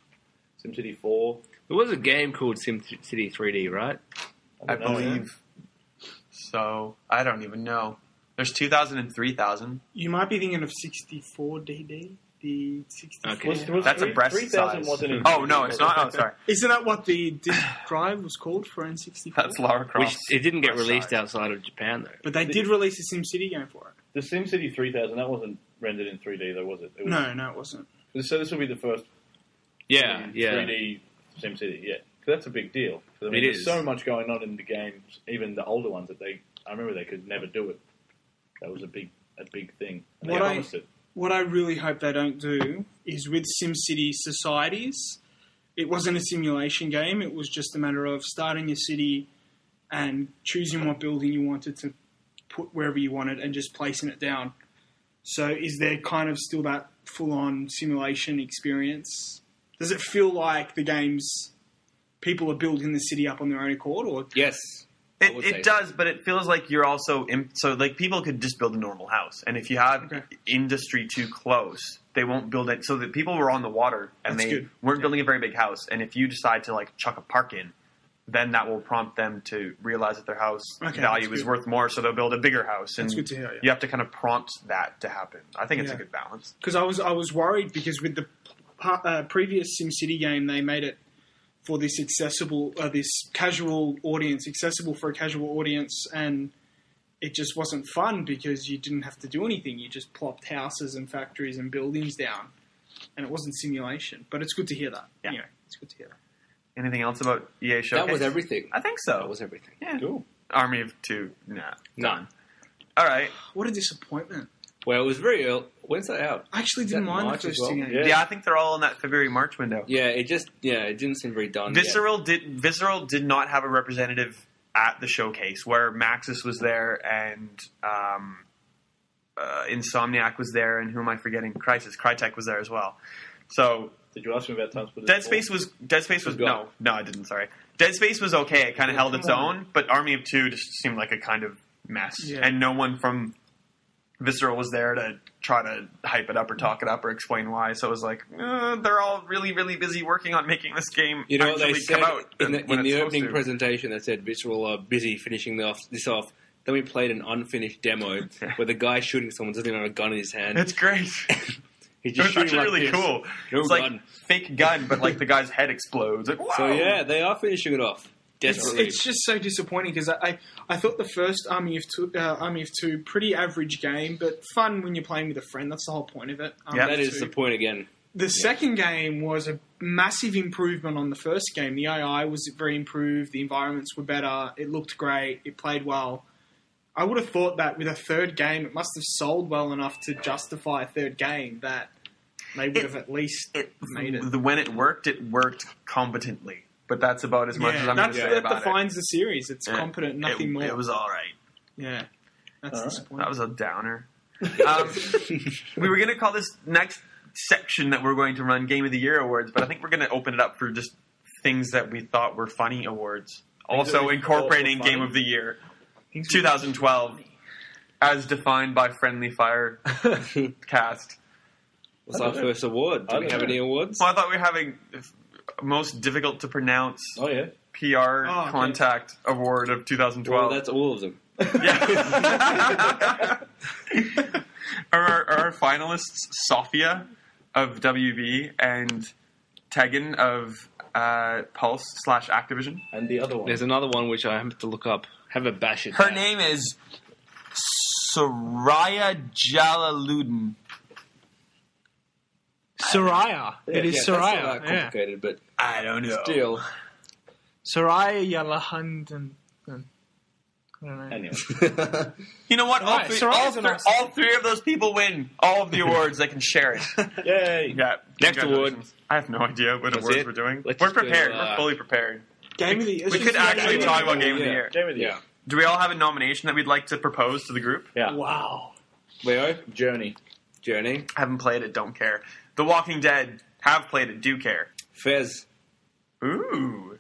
Speaker 4: SimCity 4.
Speaker 1: there was a game called SimCity 3D, right?
Speaker 3: I
Speaker 4: don't know.
Speaker 3: believe. So I don't even know. There's two thousand and three thousand.
Speaker 5: You might be thinking of 64 DD. The 64.
Speaker 1: Okay.
Speaker 4: Was, was
Speaker 3: That's a
Speaker 4: three-
Speaker 3: breast
Speaker 4: 3000
Speaker 3: size.
Speaker 4: wasn't in
Speaker 3: Oh no, it's not. Oh, sorry.
Speaker 5: Isn't that what the disk drive was called for N64?
Speaker 3: That's Lara Croft.
Speaker 1: Which it didn't get
Speaker 3: Cross
Speaker 1: released
Speaker 3: size.
Speaker 1: outside of Japan though.
Speaker 5: But they did release a SimCity game for it.
Speaker 4: The SimCity 3000, that wasn't rendered in 3D though, was it? it was,
Speaker 5: No, no, it wasn't.
Speaker 4: So this will be the first
Speaker 1: Yeah,
Speaker 4: in
Speaker 1: yeah.
Speaker 4: 3D SimCity, yeah. 'Cause that's a big deal. 'Cause, I mean,
Speaker 1: It
Speaker 4: there's
Speaker 1: is.
Speaker 4: so much going on in the games, even the older ones that they, I remember they could never do it. That was a big, a big thing. And they
Speaker 5: What I-
Speaker 4: promised it.
Speaker 5: What I really hope they don't do is with SimCity Societies, it wasn't a simulation game. It was just a matter of starting your city and choosing what building you wanted to put wherever you wanted and just placing it down. So is there kind of still that full on simulation experience? Does it feel like the games people are building the city up on their own accord or
Speaker 1: Yes. I would
Speaker 3: It,
Speaker 1: say
Speaker 3: it does, but it feels like you're also imp- so like people could just build a normal house, and if you have
Speaker 5: Okay.
Speaker 3: industry too close, they won't build it. So that people were on the water and they
Speaker 5: That's good.
Speaker 3: weren't building a very big house, and if you decide to like chuck a park in, then that will prompt them to realize that their house
Speaker 5: Okay,
Speaker 3: value
Speaker 5: that's
Speaker 3: is
Speaker 5: good.
Speaker 3: worth more, so they'll build a bigger house. And
Speaker 5: That's good to hear, yeah.
Speaker 3: You have to kind of prompt that to happen. I think it's a
Speaker 5: Yeah.
Speaker 3: good balance.
Speaker 5: because I was I was worried because with the pa- uh, previous SimCity game they made it for this accessible uh, this casual audience accessible for a casual audience and it just wasn't fun because you didn't have to do anything you just plopped houses and factories and buildings down and it wasn't simulation but it's good to hear that
Speaker 3: Yeah.
Speaker 5: anyway it's good to hear that
Speaker 3: Anything else about EA Showcase?
Speaker 1: That was everything.
Speaker 3: I think so.
Speaker 1: That was everything.
Speaker 3: yeah.
Speaker 4: Cool.
Speaker 3: Army of Two. Nah.
Speaker 1: None.
Speaker 3: All right.
Speaker 5: what a disappointment
Speaker 1: Well, it was very early. When's that out?
Speaker 5: I actually
Speaker 1: that
Speaker 5: didn't mind the
Speaker 1: March as
Speaker 5: first two
Speaker 1: well?
Speaker 5: games
Speaker 4: Yeah.
Speaker 3: Yeah. I think they're all in that February March window.
Speaker 1: Yeah, it just yeah, it didn't seem very done. yet.
Speaker 3: Visceral did Visceral did not have a representative at the showcase where Maxis was there and um, uh, Insomniac was there and who am I forgetting? Crisis Crytek was there as well. So
Speaker 4: Did you ask me about Times Splitters 4?
Speaker 3: Dead Space was Dead Space was
Speaker 4: Good
Speaker 3: no no I didn't sorry Dead Space was okay it kind of held its own but Army of Two just seemed like a kind of mess
Speaker 5: Yeah.
Speaker 3: and no one from Visceral was there to try to hype it up or talk it up or explain why so it was like uh, they're all really really busy working on making this game
Speaker 1: You know,
Speaker 3: actually
Speaker 1: they said
Speaker 3: come out
Speaker 1: in the,
Speaker 3: when
Speaker 1: in
Speaker 3: it's
Speaker 1: the
Speaker 3: supposed
Speaker 1: opening
Speaker 3: to.
Speaker 1: presentation, they said Visceral are busy finishing the off, this off. Then we played an unfinished demo where the guy shooting someone doesn't even have a gun in his hand.
Speaker 3: It's great.
Speaker 1: He's
Speaker 3: It
Speaker 1: just
Speaker 3: was
Speaker 1: shooting
Speaker 3: actually
Speaker 1: like this.
Speaker 3: really cool.
Speaker 1: No
Speaker 3: it's like
Speaker 1: gun.
Speaker 3: fake gun, but like the guy's head explodes. Like, wow.
Speaker 1: So yeah, they are finishing it off
Speaker 5: It's,
Speaker 1: desperately.
Speaker 5: it's just so disappointing because I, I, I thought the first Army of Two, uh, Army of Two, pretty average game, but fun when you're playing with a friend. That's the whole point of it. Army
Speaker 3: Yeah.
Speaker 5: of
Speaker 1: that is
Speaker 5: Two.
Speaker 1: the point again.
Speaker 5: The second game was a massive improvement on the first game. The AI was very improved. The environments were better. It looked great. It played well. I would have thought that with a third game, it must have sold well enough to justify a third game. That They would
Speaker 8: It-
Speaker 5: have at least
Speaker 8: It,
Speaker 5: Made it.
Speaker 8: The, when it worked, it worked competently. But that's about as much as I'm going
Speaker 5: that's,
Speaker 8: to say
Speaker 5: that
Speaker 8: about it.
Speaker 5: defines the series. It's
Speaker 8: Yeah.
Speaker 5: competent,
Speaker 8: It-
Speaker 5: nothing more.
Speaker 8: It was all right.
Speaker 5: yeah, that's
Speaker 4: All right.
Speaker 5: disappointing.
Speaker 8: That was a downer.
Speaker 3: Um, we were going to call this next section that we're going to run Game of the Year awards, but I think we're going to open it up for just things that we thought were funny awards.
Speaker 4: that
Speaker 3: Also
Speaker 4: we
Speaker 3: incorporating
Speaker 4: thought were
Speaker 3: Game
Speaker 4: funny.
Speaker 3: of the Year 2012 as defined by Friendly Fire cast.
Speaker 1: What's our
Speaker 4: know.
Speaker 1: first award?
Speaker 4: I
Speaker 1: Do we
Speaker 4: don't
Speaker 1: have
Speaker 4: know.
Speaker 1: any awards?
Speaker 3: Well, I thought we were having if- most difficult to pronounce
Speaker 4: Oh yeah.
Speaker 3: PR
Speaker 5: Oh, okay.
Speaker 3: contact award of
Speaker 1: Well,
Speaker 3: 2012.
Speaker 1: that's all of them.
Speaker 3: Yeah. are, our, are our finalists Sophia of WB and Tegan of uh, Pulse slash Activision?
Speaker 4: And the other one.
Speaker 1: There's another one which I have to look up. Have a bash at
Speaker 3: Her
Speaker 1: that.
Speaker 3: name is Soraya Jalaluddin.
Speaker 5: Soraya. it is
Speaker 1: yeah, that's
Speaker 5: Soraya.
Speaker 1: not that
Speaker 5: Yeah.
Speaker 1: complicated, but
Speaker 3: I don't know.
Speaker 1: still.
Speaker 5: Soraya Yalahandan. I don't know.
Speaker 4: Anyway.
Speaker 3: You know what? All,
Speaker 5: Alright,
Speaker 3: three,
Speaker 5: Soraya's
Speaker 3: all,
Speaker 5: a
Speaker 3: three,
Speaker 5: nice-
Speaker 3: all three of those people win all of the awards. they can share it.
Speaker 4: Yay.
Speaker 3: Yeah.
Speaker 1: Next
Speaker 3: congratulations.
Speaker 1: award.
Speaker 3: I have no idea what
Speaker 1: That's
Speaker 3: awards
Speaker 1: it.
Speaker 3: we're doing.
Speaker 1: Let's
Speaker 3: we're
Speaker 1: just do,
Speaker 3: prepared.
Speaker 1: uh,
Speaker 3: we're fully prepared.
Speaker 5: Game of the
Speaker 3: We could actually talk about Game of the
Speaker 1: Yeah.
Speaker 3: Year.
Speaker 4: Game of the
Speaker 1: Yeah.
Speaker 3: Do we all have a nomination that we'd like to propose to the group?
Speaker 4: year. Yeah.
Speaker 5: Wow.
Speaker 1: Leo,
Speaker 4: Journey.
Speaker 1: Journey,
Speaker 3: Haven't played it, don't care. The Walking Dead, have played it, do care.
Speaker 1: Fez.
Speaker 3: Ooh.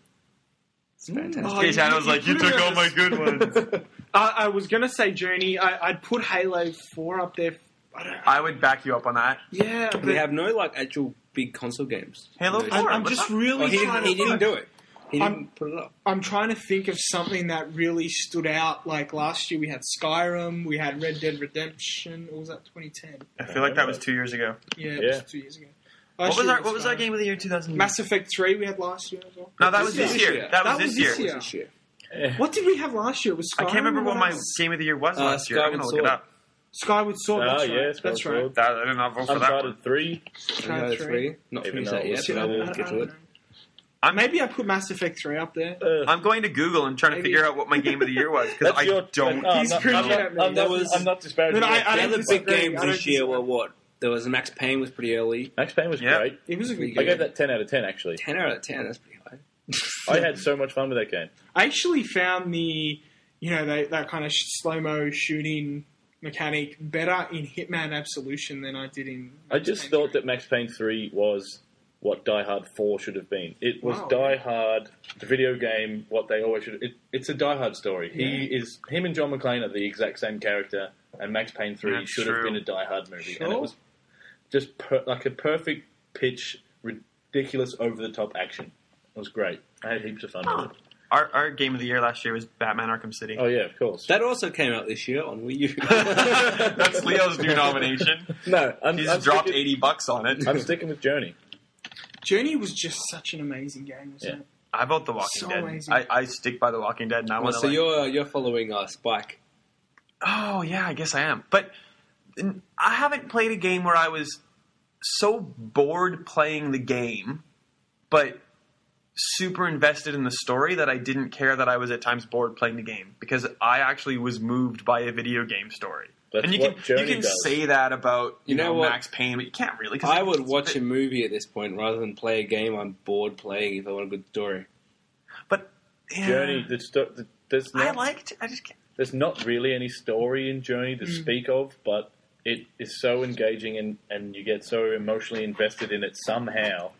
Speaker 1: It's fantastic.
Speaker 5: Oh,
Speaker 3: Hey, Shannon's like, you took all
Speaker 5: could've-
Speaker 3: my good ones.
Speaker 5: I, I was gonna say Journey. I, I'd put Halo Four up there. I don't.
Speaker 3: I would back you up on that.
Speaker 5: Yeah, but
Speaker 1: We have no like actual big console games.
Speaker 3: Halo
Speaker 1: No.
Speaker 3: 4.
Speaker 5: I'm, I'm
Speaker 3: what's
Speaker 5: just
Speaker 3: up?
Speaker 5: really
Speaker 1: Well, he
Speaker 5: trying
Speaker 1: didn't, he
Speaker 5: to.
Speaker 1: didn't
Speaker 5: think-
Speaker 1: do it. He didn't
Speaker 5: I'm-
Speaker 1: put it up.
Speaker 5: I'm trying to think of something that really stood out. Like last year, we had Skyrim, we had Red Dead Redemption. Or was that 2010?
Speaker 3: I feel like that was two years ago.
Speaker 5: Yeah, it
Speaker 4: Yeah.
Speaker 5: was two years ago.
Speaker 3: What
Speaker 5: Last
Speaker 3: was
Speaker 5: year
Speaker 3: our, what was our
Speaker 5: Skyrim.
Speaker 3: game of the year 2000?
Speaker 5: Mass Effect 3 we had last year as well.
Speaker 3: no, that was this
Speaker 1: this
Speaker 3: year.
Speaker 1: year.
Speaker 3: That was this year.
Speaker 5: Yeah.
Speaker 1: This year.
Speaker 5: What did we have last year? It was
Speaker 3: I
Speaker 5: Skyrim.
Speaker 3: can't remember what my
Speaker 5: else?
Speaker 3: game of the year was
Speaker 1: Uh,
Speaker 3: last year. I'm going to
Speaker 1: Skyward
Speaker 3: look it
Speaker 1: Sword.
Speaker 3: up.
Speaker 5: Skyward Sword.
Speaker 4: Ah,
Speaker 5: that's right.
Speaker 4: yes,
Speaker 5: that's
Speaker 4: Skyward
Speaker 5: right.
Speaker 4: Sword.
Speaker 3: That, I did not vote for that one.
Speaker 4: Uncharted three.
Speaker 5: Skyrim 3.
Speaker 1: oh Not
Speaker 4: Even
Speaker 1: finished
Speaker 4: though
Speaker 1: that
Speaker 4: it
Speaker 1: yet,
Speaker 4: was
Speaker 1: but I
Speaker 5: I,
Speaker 1: will
Speaker 5: don't-
Speaker 1: get
Speaker 5: I
Speaker 1: to
Speaker 5: don't
Speaker 1: it.
Speaker 5: know. Uh,
Speaker 3: I'm,
Speaker 5: Maybe I put Mass Effect 3 up there.
Speaker 4: Uh,
Speaker 3: I'm going to Google and trying to
Speaker 5: Maybe.
Speaker 3: figure out what my game of the year was because
Speaker 4: that's
Speaker 3: I
Speaker 4: your
Speaker 3: don't.
Speaker 4: Oh, I'm
Speaker 5: He's
Speaker 4: not-
Speaker 5: cringing
Speaker 4: I'm not-
Speaker 5: at me.
Speaker 4: I'm
Speaker 1: That
Speaker 4: not-
Speaker 1: was-
Speaker 4: I'm not disparaging.
Speaker 5: No, no,
Speaker 4: you.
Speaker 5: I
Speaker 1: The
Speaker 5: don't
Speaker 1: other big
Speaker 5: disagree.
Speaker 1: games
Speaker 5: I don't
Speaker 1: this year
Speaker 5: disagree.
Speaker 1: were what? There was Max Payne was pretty early.
Speaker 4: Max Payne was
Speaker 3: Yeah.
Speaker 4: great.
Speaker 5: It was a good
Speaker 4: I
Speaker 5: game.
Speaker 4: gave that ten out of ten. Actually,
Speaker 1: Ten out of ten. That's pretty high.
Speaker 4: I had so much fun with that game.
Speaker 5: I actually found the, you know, they, that kind of sh- slow-mo shooting mechanic better in Hitman Absolution than I did in...
Speaker 4: I just thought that Max Payne 3 was what Die Hard 4 should have been. It was
Speaker 5: Wow.
Speaker 4: Die Hard, the video game, what they always should it, It's a Die Hard story. He is Him and John McClane are the exact same character, and Max Payne 3
Speaker 3: That's
Speaker 4: should
Speaker 3: true.
Speaker 4: have been a Die Hard movie. And
Speaker 5: Sure.
Speaker 4: it was just per, like a perfect pitch, ridiculous, over the top action. It was great. I had heaps of fun with it.
Speaker 3: Our, our game of the year last year was Batman Arkham City.
Speaker 4: Oh, yeah, of course.
Speaker 1: That also came out this year on Wii U.
Speaker 3: That's Leo's new nomination.
Speaker 4: no, I'm,
Speaker 3: He's
Speaker 4: I'm
Speaker 3: dropped
Speaker 4: sticking,
Speaker 3: 80 bucks on it.
Speaker 4: I'm sticking with Journey.
Speaker 5: Journey was just such an amazing game, wasn't
Speaker 4: Yeah.
Speaker 5: it?
Speaker 3: I vote The Walking
Speaker 5: So
Speaker 3: Dead.
Speaker 5: amazing.
Speaker 3: I, I stick by The Walking Dead, and I
Speaker 1: Well,
Speaker 3: want to.
Speaker 1: so you're you're following uh, Spike.
Speaker 3: oh yeah, I guess I am. But n- I haven't played a game where I was so bored playing the game, but super invested in the story that I didn't care that I was at times bored playing the game because I actually was moved by a video game story.
Speaker 4: That's
Speaker 3: and you
Speaker 4: what
Speaker 3: can
Speaker 4: Journey
Speaker 3: you can
Speaker 4: does.
Speaker 3: say that about
Speaker 1: You
Speaker 3: you,
Speaker 1: know
Speaker 3: know,
Speaker 1: what?
Speaker 3: Max Payne, but you can't really. 'cause
Speaker 1: I
Speaker 3: it-
Speaker 1: would
Speaker 3: it's-
Speaker 1: watch a movie at this point rather than play a game. I'm bored playing if I want a good story.
Speaker 3: but yeah,
Speaker 4: Journey, the, sto- the, there's
Speaker 3: I
Speaker 4: not-
Speaker 3: liked. I just can't.
Speaker 4: there's not really any story in Journey to
Speaker 5: Mm.
Speaker 4: speak of, but it is so engaging and, and you get so emotionally invested in it somehow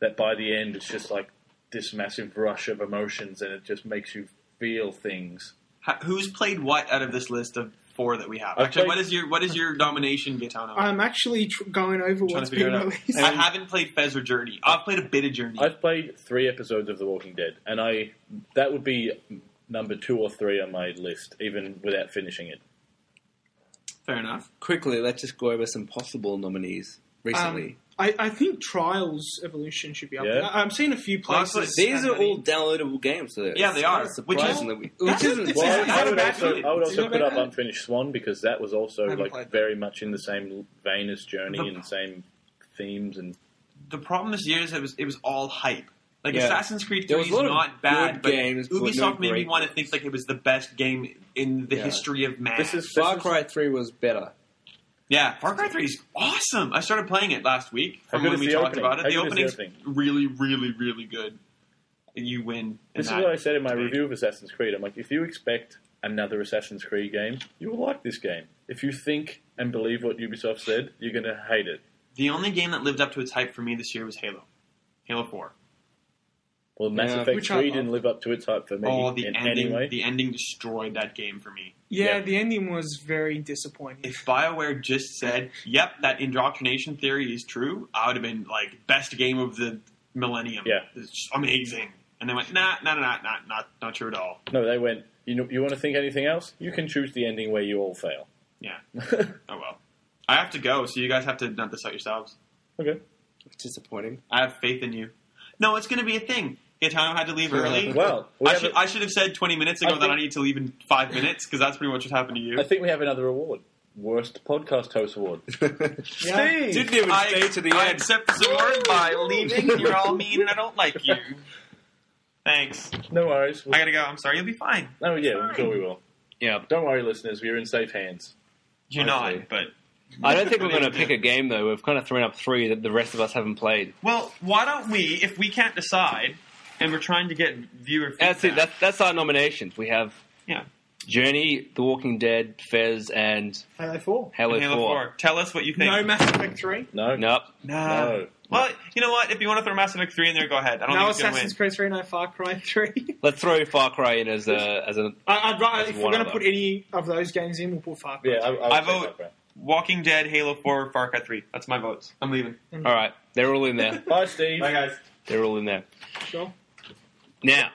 Speaker 4: that by the end it's just like this massive rush of emotions and it just makes you feel things.
Speaker 3: Ha- Who's played what out of this list of four that we have?
Speaker 4: I've
Speaker 3: Actually,
Speaker 4: played-
Speaker 3: what is your what is your nomination, Gaetano?
Speaker 5: I'm actually tr- going over
Speaker 3: Trying
Speaker 5: what's
Speaker 3: to figure
Speaker 5: been
Speaker 3: it out.
Speaker 5: released.
Speaker 3: I haven't played Fez or Journey. I've played a bit of Journey.
Speaker 4: I've played three episodes of The Walking Dead, and I that would be number two or three on my list, even without finishing it.
Speaker 3: Fair enough.
Speaker 1: Quickly, let's just go over some possible nominees recently.
Speaker 5: Um, I, I think Trials Evolution should be up
Speaker 4: Yeah.
Speaker 5: there. I- I'm seeing a few
Speaker 3: Well, that's
Speaker 5: places.
Speaker 3: what it
Speaker 1: These are
Speaker 3: I mean-
Speaker 1: all downloadable games. So
Speaker 3: Yeah, they are, which is-
Speaker 1: Surprisingly, which,
Speaker 5: That's
Speaker 1: isn't
Speaker 5: it, it's
Speaker 1: bad.
Speaker 5: actually not
Speaker 4: I
Speaker 5: a
Speaker 4: would
Speaker 5: bad
Speaker 4: also,
Speaker 5: thing.
Speaker 4: I would
Speaker 5: It's
Speaker 4: also
Speaker 5: not
Speaker 4: put
Speaker 5: a
Speaker 4: up
Speaker 5: bad thing.
Speaker 4: Unfinished Swan because that was also
Speaker 5: haven't
Speaker 4: like
Speaker 5: played that.
Speaker 4: very much in the same vein as Journey
Speaker 3: The-
Speaker 4: and same themes and
Speaker 3: The problem this year is it was it was all hype. Like
Speaker 1: Yeah.
Speaker 3: Assassin's Creed
Speaker 1: There
Speaker 3: Three
Speaker 1: was
Speaker 3: is
Speaker 1: a lot of
Speaker 3: not bad,
Speaker 1: good
Speaker 3: but
Speaker 1: games, but
Speaker 3: Ubisoft
Speaker 1: no
Speaker 3: made me
Speaker 1: great
Speaker 3: want to think like it was the best game in the
Speaker 1: Yeah.
Speaker 3: history of man.
Speaker 4: This is-
Speaker 1: Far Cry Three was better.
Speaker 3: Yeah, Far Cry Three is awesome. I started playing it last week
Speaker 4: How
Speaker 3: from
Speaker 4: good
Speaker 3: when
Speaker 4: is
Speaker 3: we
Speaker 4: the
Speaker 3: talked
Speaker 4: opening?
Speaker 3: about it.
Speaker 4: How
Speaker 3: the
Speaker 4: good is the
Speaker 3: opening's
Speaker 4: opening?
Speaker 3: really, really, really good. And you win.
Speaker 4: This is
Speaker 3: in
Speaker 4: what
Speaker 3: that.
Speaker 4: I said in my
Speaker 3: debate.
Speaker 4: review of Assassin's Creed. I'm like, if you expect another Assassin's Creed game, you will like this game. If you think and believe what Ubisoft said, you're going to hate it.
Speaker 3: The only game that lived up to its hype for me this year was Halo. Halo Four.
Speaker 4: Well, Mass
Speaker 1: Yeah.
Speaker 4: Effect
Speaker 5: Which
Speaker 4: 3
Speaker 5: I love.
Speaker 4: didn't live up to its hype for me
Speaker 3: Oh, the
Speaker 4: in
Speaker 3: ending!
Speaker 4: any way.
Speaker 3: The ending destroyed that game for me.
Speaker 5: Yeah,
Speaker 4: Yeah.
Speaker 5: the ending was very disappointing.
Speaker 3: If Bioware just said, "Yep, that indoctrination theory is true," I would have been like, "Best game of the millennium."
Speaker 4: Yeah.
Speaker 3: it's just amazing. And they went, "Nah, nah, nah, nah, nah, not, not true at all."
Speaker 4: no, they went, you, know, you want to think anything else? You can choose the ending where you all fail.
Speaker 3: Yeah.
Speaker 4: okay.
Speaker 3: Oh well. I have to go, so you guys have to nut this out yourselves.
Speaker 1: It's disappointing.
Speaker 3: I have faith in you. No, it's going to be a thing. Gaetano had to leave early.
Speaker 4: Well, we
Speaker 3: I
Speaker 4: have
Speaker 3: should,
Speaker 4: a-
Speaker 3: I should have said 20 minutes ago
Speaker 4: I
Speaker 3: that I
Speaker 4: think-
Speaker 3: need to leave in five minutes because that's pretty much what happened to you.
Speaker 4: I think we have another award. Worst podcast host award.
Speaker 5: Yeah.
Speaker 1: Didn't even
Speaker 3: I,
Speaker 1: stay to the
Speaker 3: I
Speaker 1: end.
Speaker 3: accept this award by leaving, and you're all mean, and I don't like you. Thanks.
Speaker 4: No worries.
Speaker 3: I gotta go. I'm sorry. You'll be fine.
Speaker 4: No, yeah, I'm sure we will.
Speaker 1: Yeah,
Speaker 4: Don't worry, listeners. We're in safe hands.
Speaker 3: You're
Speaker 4: Hopefully.
Speaker 3: not, but
Speaker 1: I don't think we're going to pick a game though. We've kind of thrown up three that the rest of us haven't played.
Speaker 3: well, why don't we? If we can't decide, and we're trying to get viewer feedback,
Speaker 1: That's it. That's that's our nominations. We have
Speaker 3: yeah.
Speaker 1: Journey, The Walking Dead, Fez, and
Speaker 5: Halo 4.
Speaker 1: Halo,
Speaker 3: Halo
Speaker 1: 4.
Speaker 3: 4. Tell us what you think.
Speaker 5: No Mass Effect 3.
Speaker 4: No?
Speaker 1: Nope.
Speaker 5: Nah.
Speaker 4: No.
Speaker 3: well, you know what? If you want to throw Mass Effect 3 in there, go ahead. I don't
Speaker 5: No
Speaker 3: think it's gonna win.
Speaker 5: Assassin's Creed 3, no Far Cry 3.
Speaker 1: Let's throw Far Cry in as a as a.
Speaker 5: I, I'd rather,
Speaker 1: That's
Speaker 5: if we're
Speaker 1: one
Speaker 5: going to
Speaker 1: of
Speaker 5: put
Speaker 1: them.
Speaker 5: any of those games in, we'll put Far Cry
Speaker 4: Yeah, I,
Speaker 5: 3.
Speaker 4: I, would
Speaker 3: I
Speaker 4: say
Speaker 3: vote-
Speaker 4: Far Cry.
Speaker 3: Walking Dead, Halo 4, Far Cry 3. That's my votes. I'm leaving.
Speaker 1: All right, they're all in there.
Speaker 4: Bye, Steve.
Speaker 3: Bye, guys.
Speaker 1: They're all in there.
Speaker 5: Sure.
Speaker 1: Now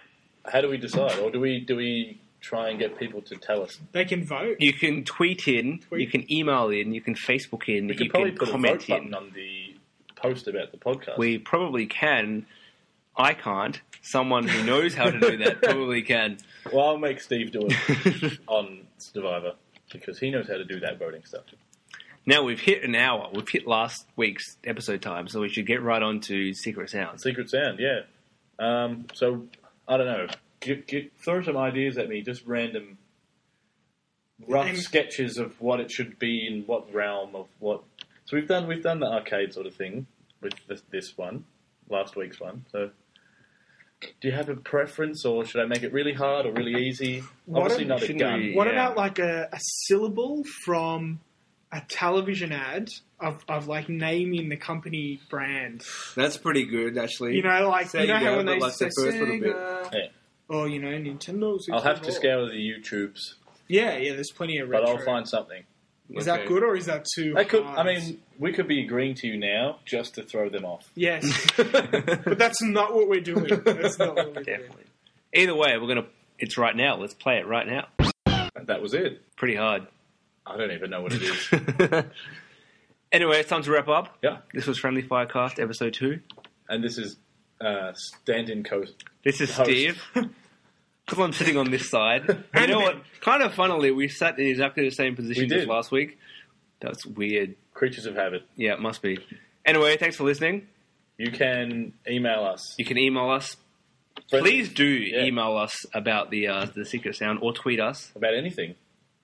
Speaker 4: How do we decide, or do we do we try and get people to tell us?
Speaker 5: They can vote.
Speaker 1: you can tweet in, you
Speaker 5: Tweet.
Speaker 1: can email in, you can Facebook in,
Speaker 4: We
Speaker 1: you
Speaker 4: could probably
Speaker 1: can
Speaker 4: put a
Speaker 1: comment
Speaker 4: vote
Speaker 1: in.
Speaker 4: button on the post about the podcast.
Speaker 1: We probably can. I can't. Someone who knows how to do that probably can.
Speaker 4: well, I'll make Steve do it on Survivor because he knows how to do that voting stuff.
Speaker 1: Now we've hit an hour. We've hit last week's episode time, so we should get right on to Secret Sounds.
Speaker 4: Secret Sound, yeah. Um, so I don't know. G g throw some ideas at me, just random rough
Speaker 5: And-
Speaker 4: sketches of what it should be in what realm of what. So we've done we've done the arcade sort of thing with this, this one, last week's one. So do you have a preference, or should I make it really hard or really easy?
Speaker 5: What
Speaker 4: Obviously
Speaker 5: if-
Speaker 4: not a
Speaker 1: shouldn't
Speaker 4: gun.
Speaker 1: we-
Speaker 5: What
Speaker 1: Yeah.
Speaker 5: about like a, a syllable from a television ad of, of like naming the company brand?
Speaker 9: That's pretty good, actually.
Speaker 5: You know, like you know
Speaker 9: Sega,
Speaker 5: how when
Speaker 9: but
Speaker 5: they
Speaker 9: like
Speaker 5: say
Speaker 9: the first little bit.
Speaker 5: Sega,
Speaker 4: Yeah.
Speaker 5: or you know Nintendo.
Speaker 4: I'll have to
Speaker 5: 64.
Speaker 4: scour the YouTubes,
Speaker 5: Yeah, yeah. There's plenty of
Speaker 4: but
Speaker 5: retro.
Speaker 4: I'll find something.
Speaker 5: Is that good or is that too?
Speaker 4: I could. I
Speaker 5: hard?
Speaker 4: mean, we could be agreeing to you now just to throw them off.
Speaker 5: yes, but that's not what we're doing. That's not what we're doing.
Speaker 1: Definitely. Either way, we're gonna. It's right now. Let's play it right now.
Speaker 4: That was it.
Speaker 1: Pretty hard.
Speaker 4: I don't even know what it is.
Speaker 1: anyway, it's time to wrap up.
Speaker 4: yeah.
Speaker 1: This was Friendly Firecast episode two.
Speaker 4: and this is uh, stand-in coast.
Speaker 1: This is
Speaker 4: Host.
Speaker 1: Steve. Because I'm sitting on this side. you know what? Kind of funnily, we sat in exactly the same position
Speaker 4: We
Speaker 1: as
Speaker 4: did.
Speaker 1: last week. That's weird.
Speaker 4: Creatures of Habit.
Speaker 1: Yeah, it must be. Anyway, thanks for listening.
Speaker 4: You can email us.
Speaker 1: You can email us.
Speaker 4: Friendly-
Speaker 1: Please do
Speaker 4: Yeah.
Speaker 1: email us about the uh, the secret sound or tweet us
Speaker 4: about anything.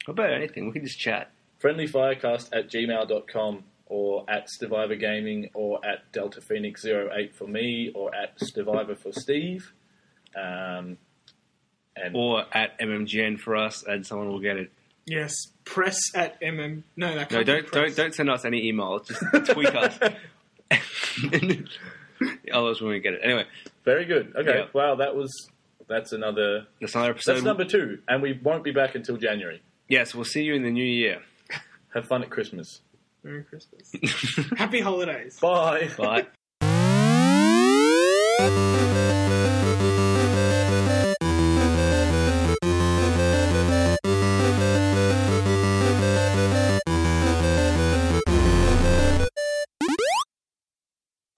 Speaker 1: about anything. We can just chat.
Speaker 4: Friendlyfirecast at gmail.com or at Survivor Gaming or at Delta Phoenix 08 for me or at Survivor for Steve. Um, and
Speaker 1: Or at MMGN for us, and someone will get it.
Speaker 5: Yes, press at mm. No, that
Speaker 1: No,
Speaker 5: can't
Speaker 1: don't
Speaker 5: be press.
Speaker 1: don't don't send us any email. Just tweet us. Others when we get it. Anyway,
Speaker 4: very good. Okay.
Speaker 1: Yeah.
Speaker 4: Wow, that was that's another
Speaker 1: that's another episode.
Speaker 4: that's number two, and we won't be back until January.
Speaker 1: Yes, we'll see you in the new year.
Speaker 4: Have fun at Christmas.
Speaker 5: Merry Christmas. Happy holidays.
Speaker 4: Bye.
Speaker 1: Bye.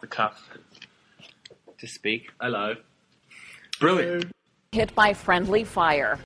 Speaker 3: The cuff.
Speaker 1: to speak.
Speaker 4: Hello.
Speaker 5: Brilliant.
Speaker 6: Hit by friendly fire.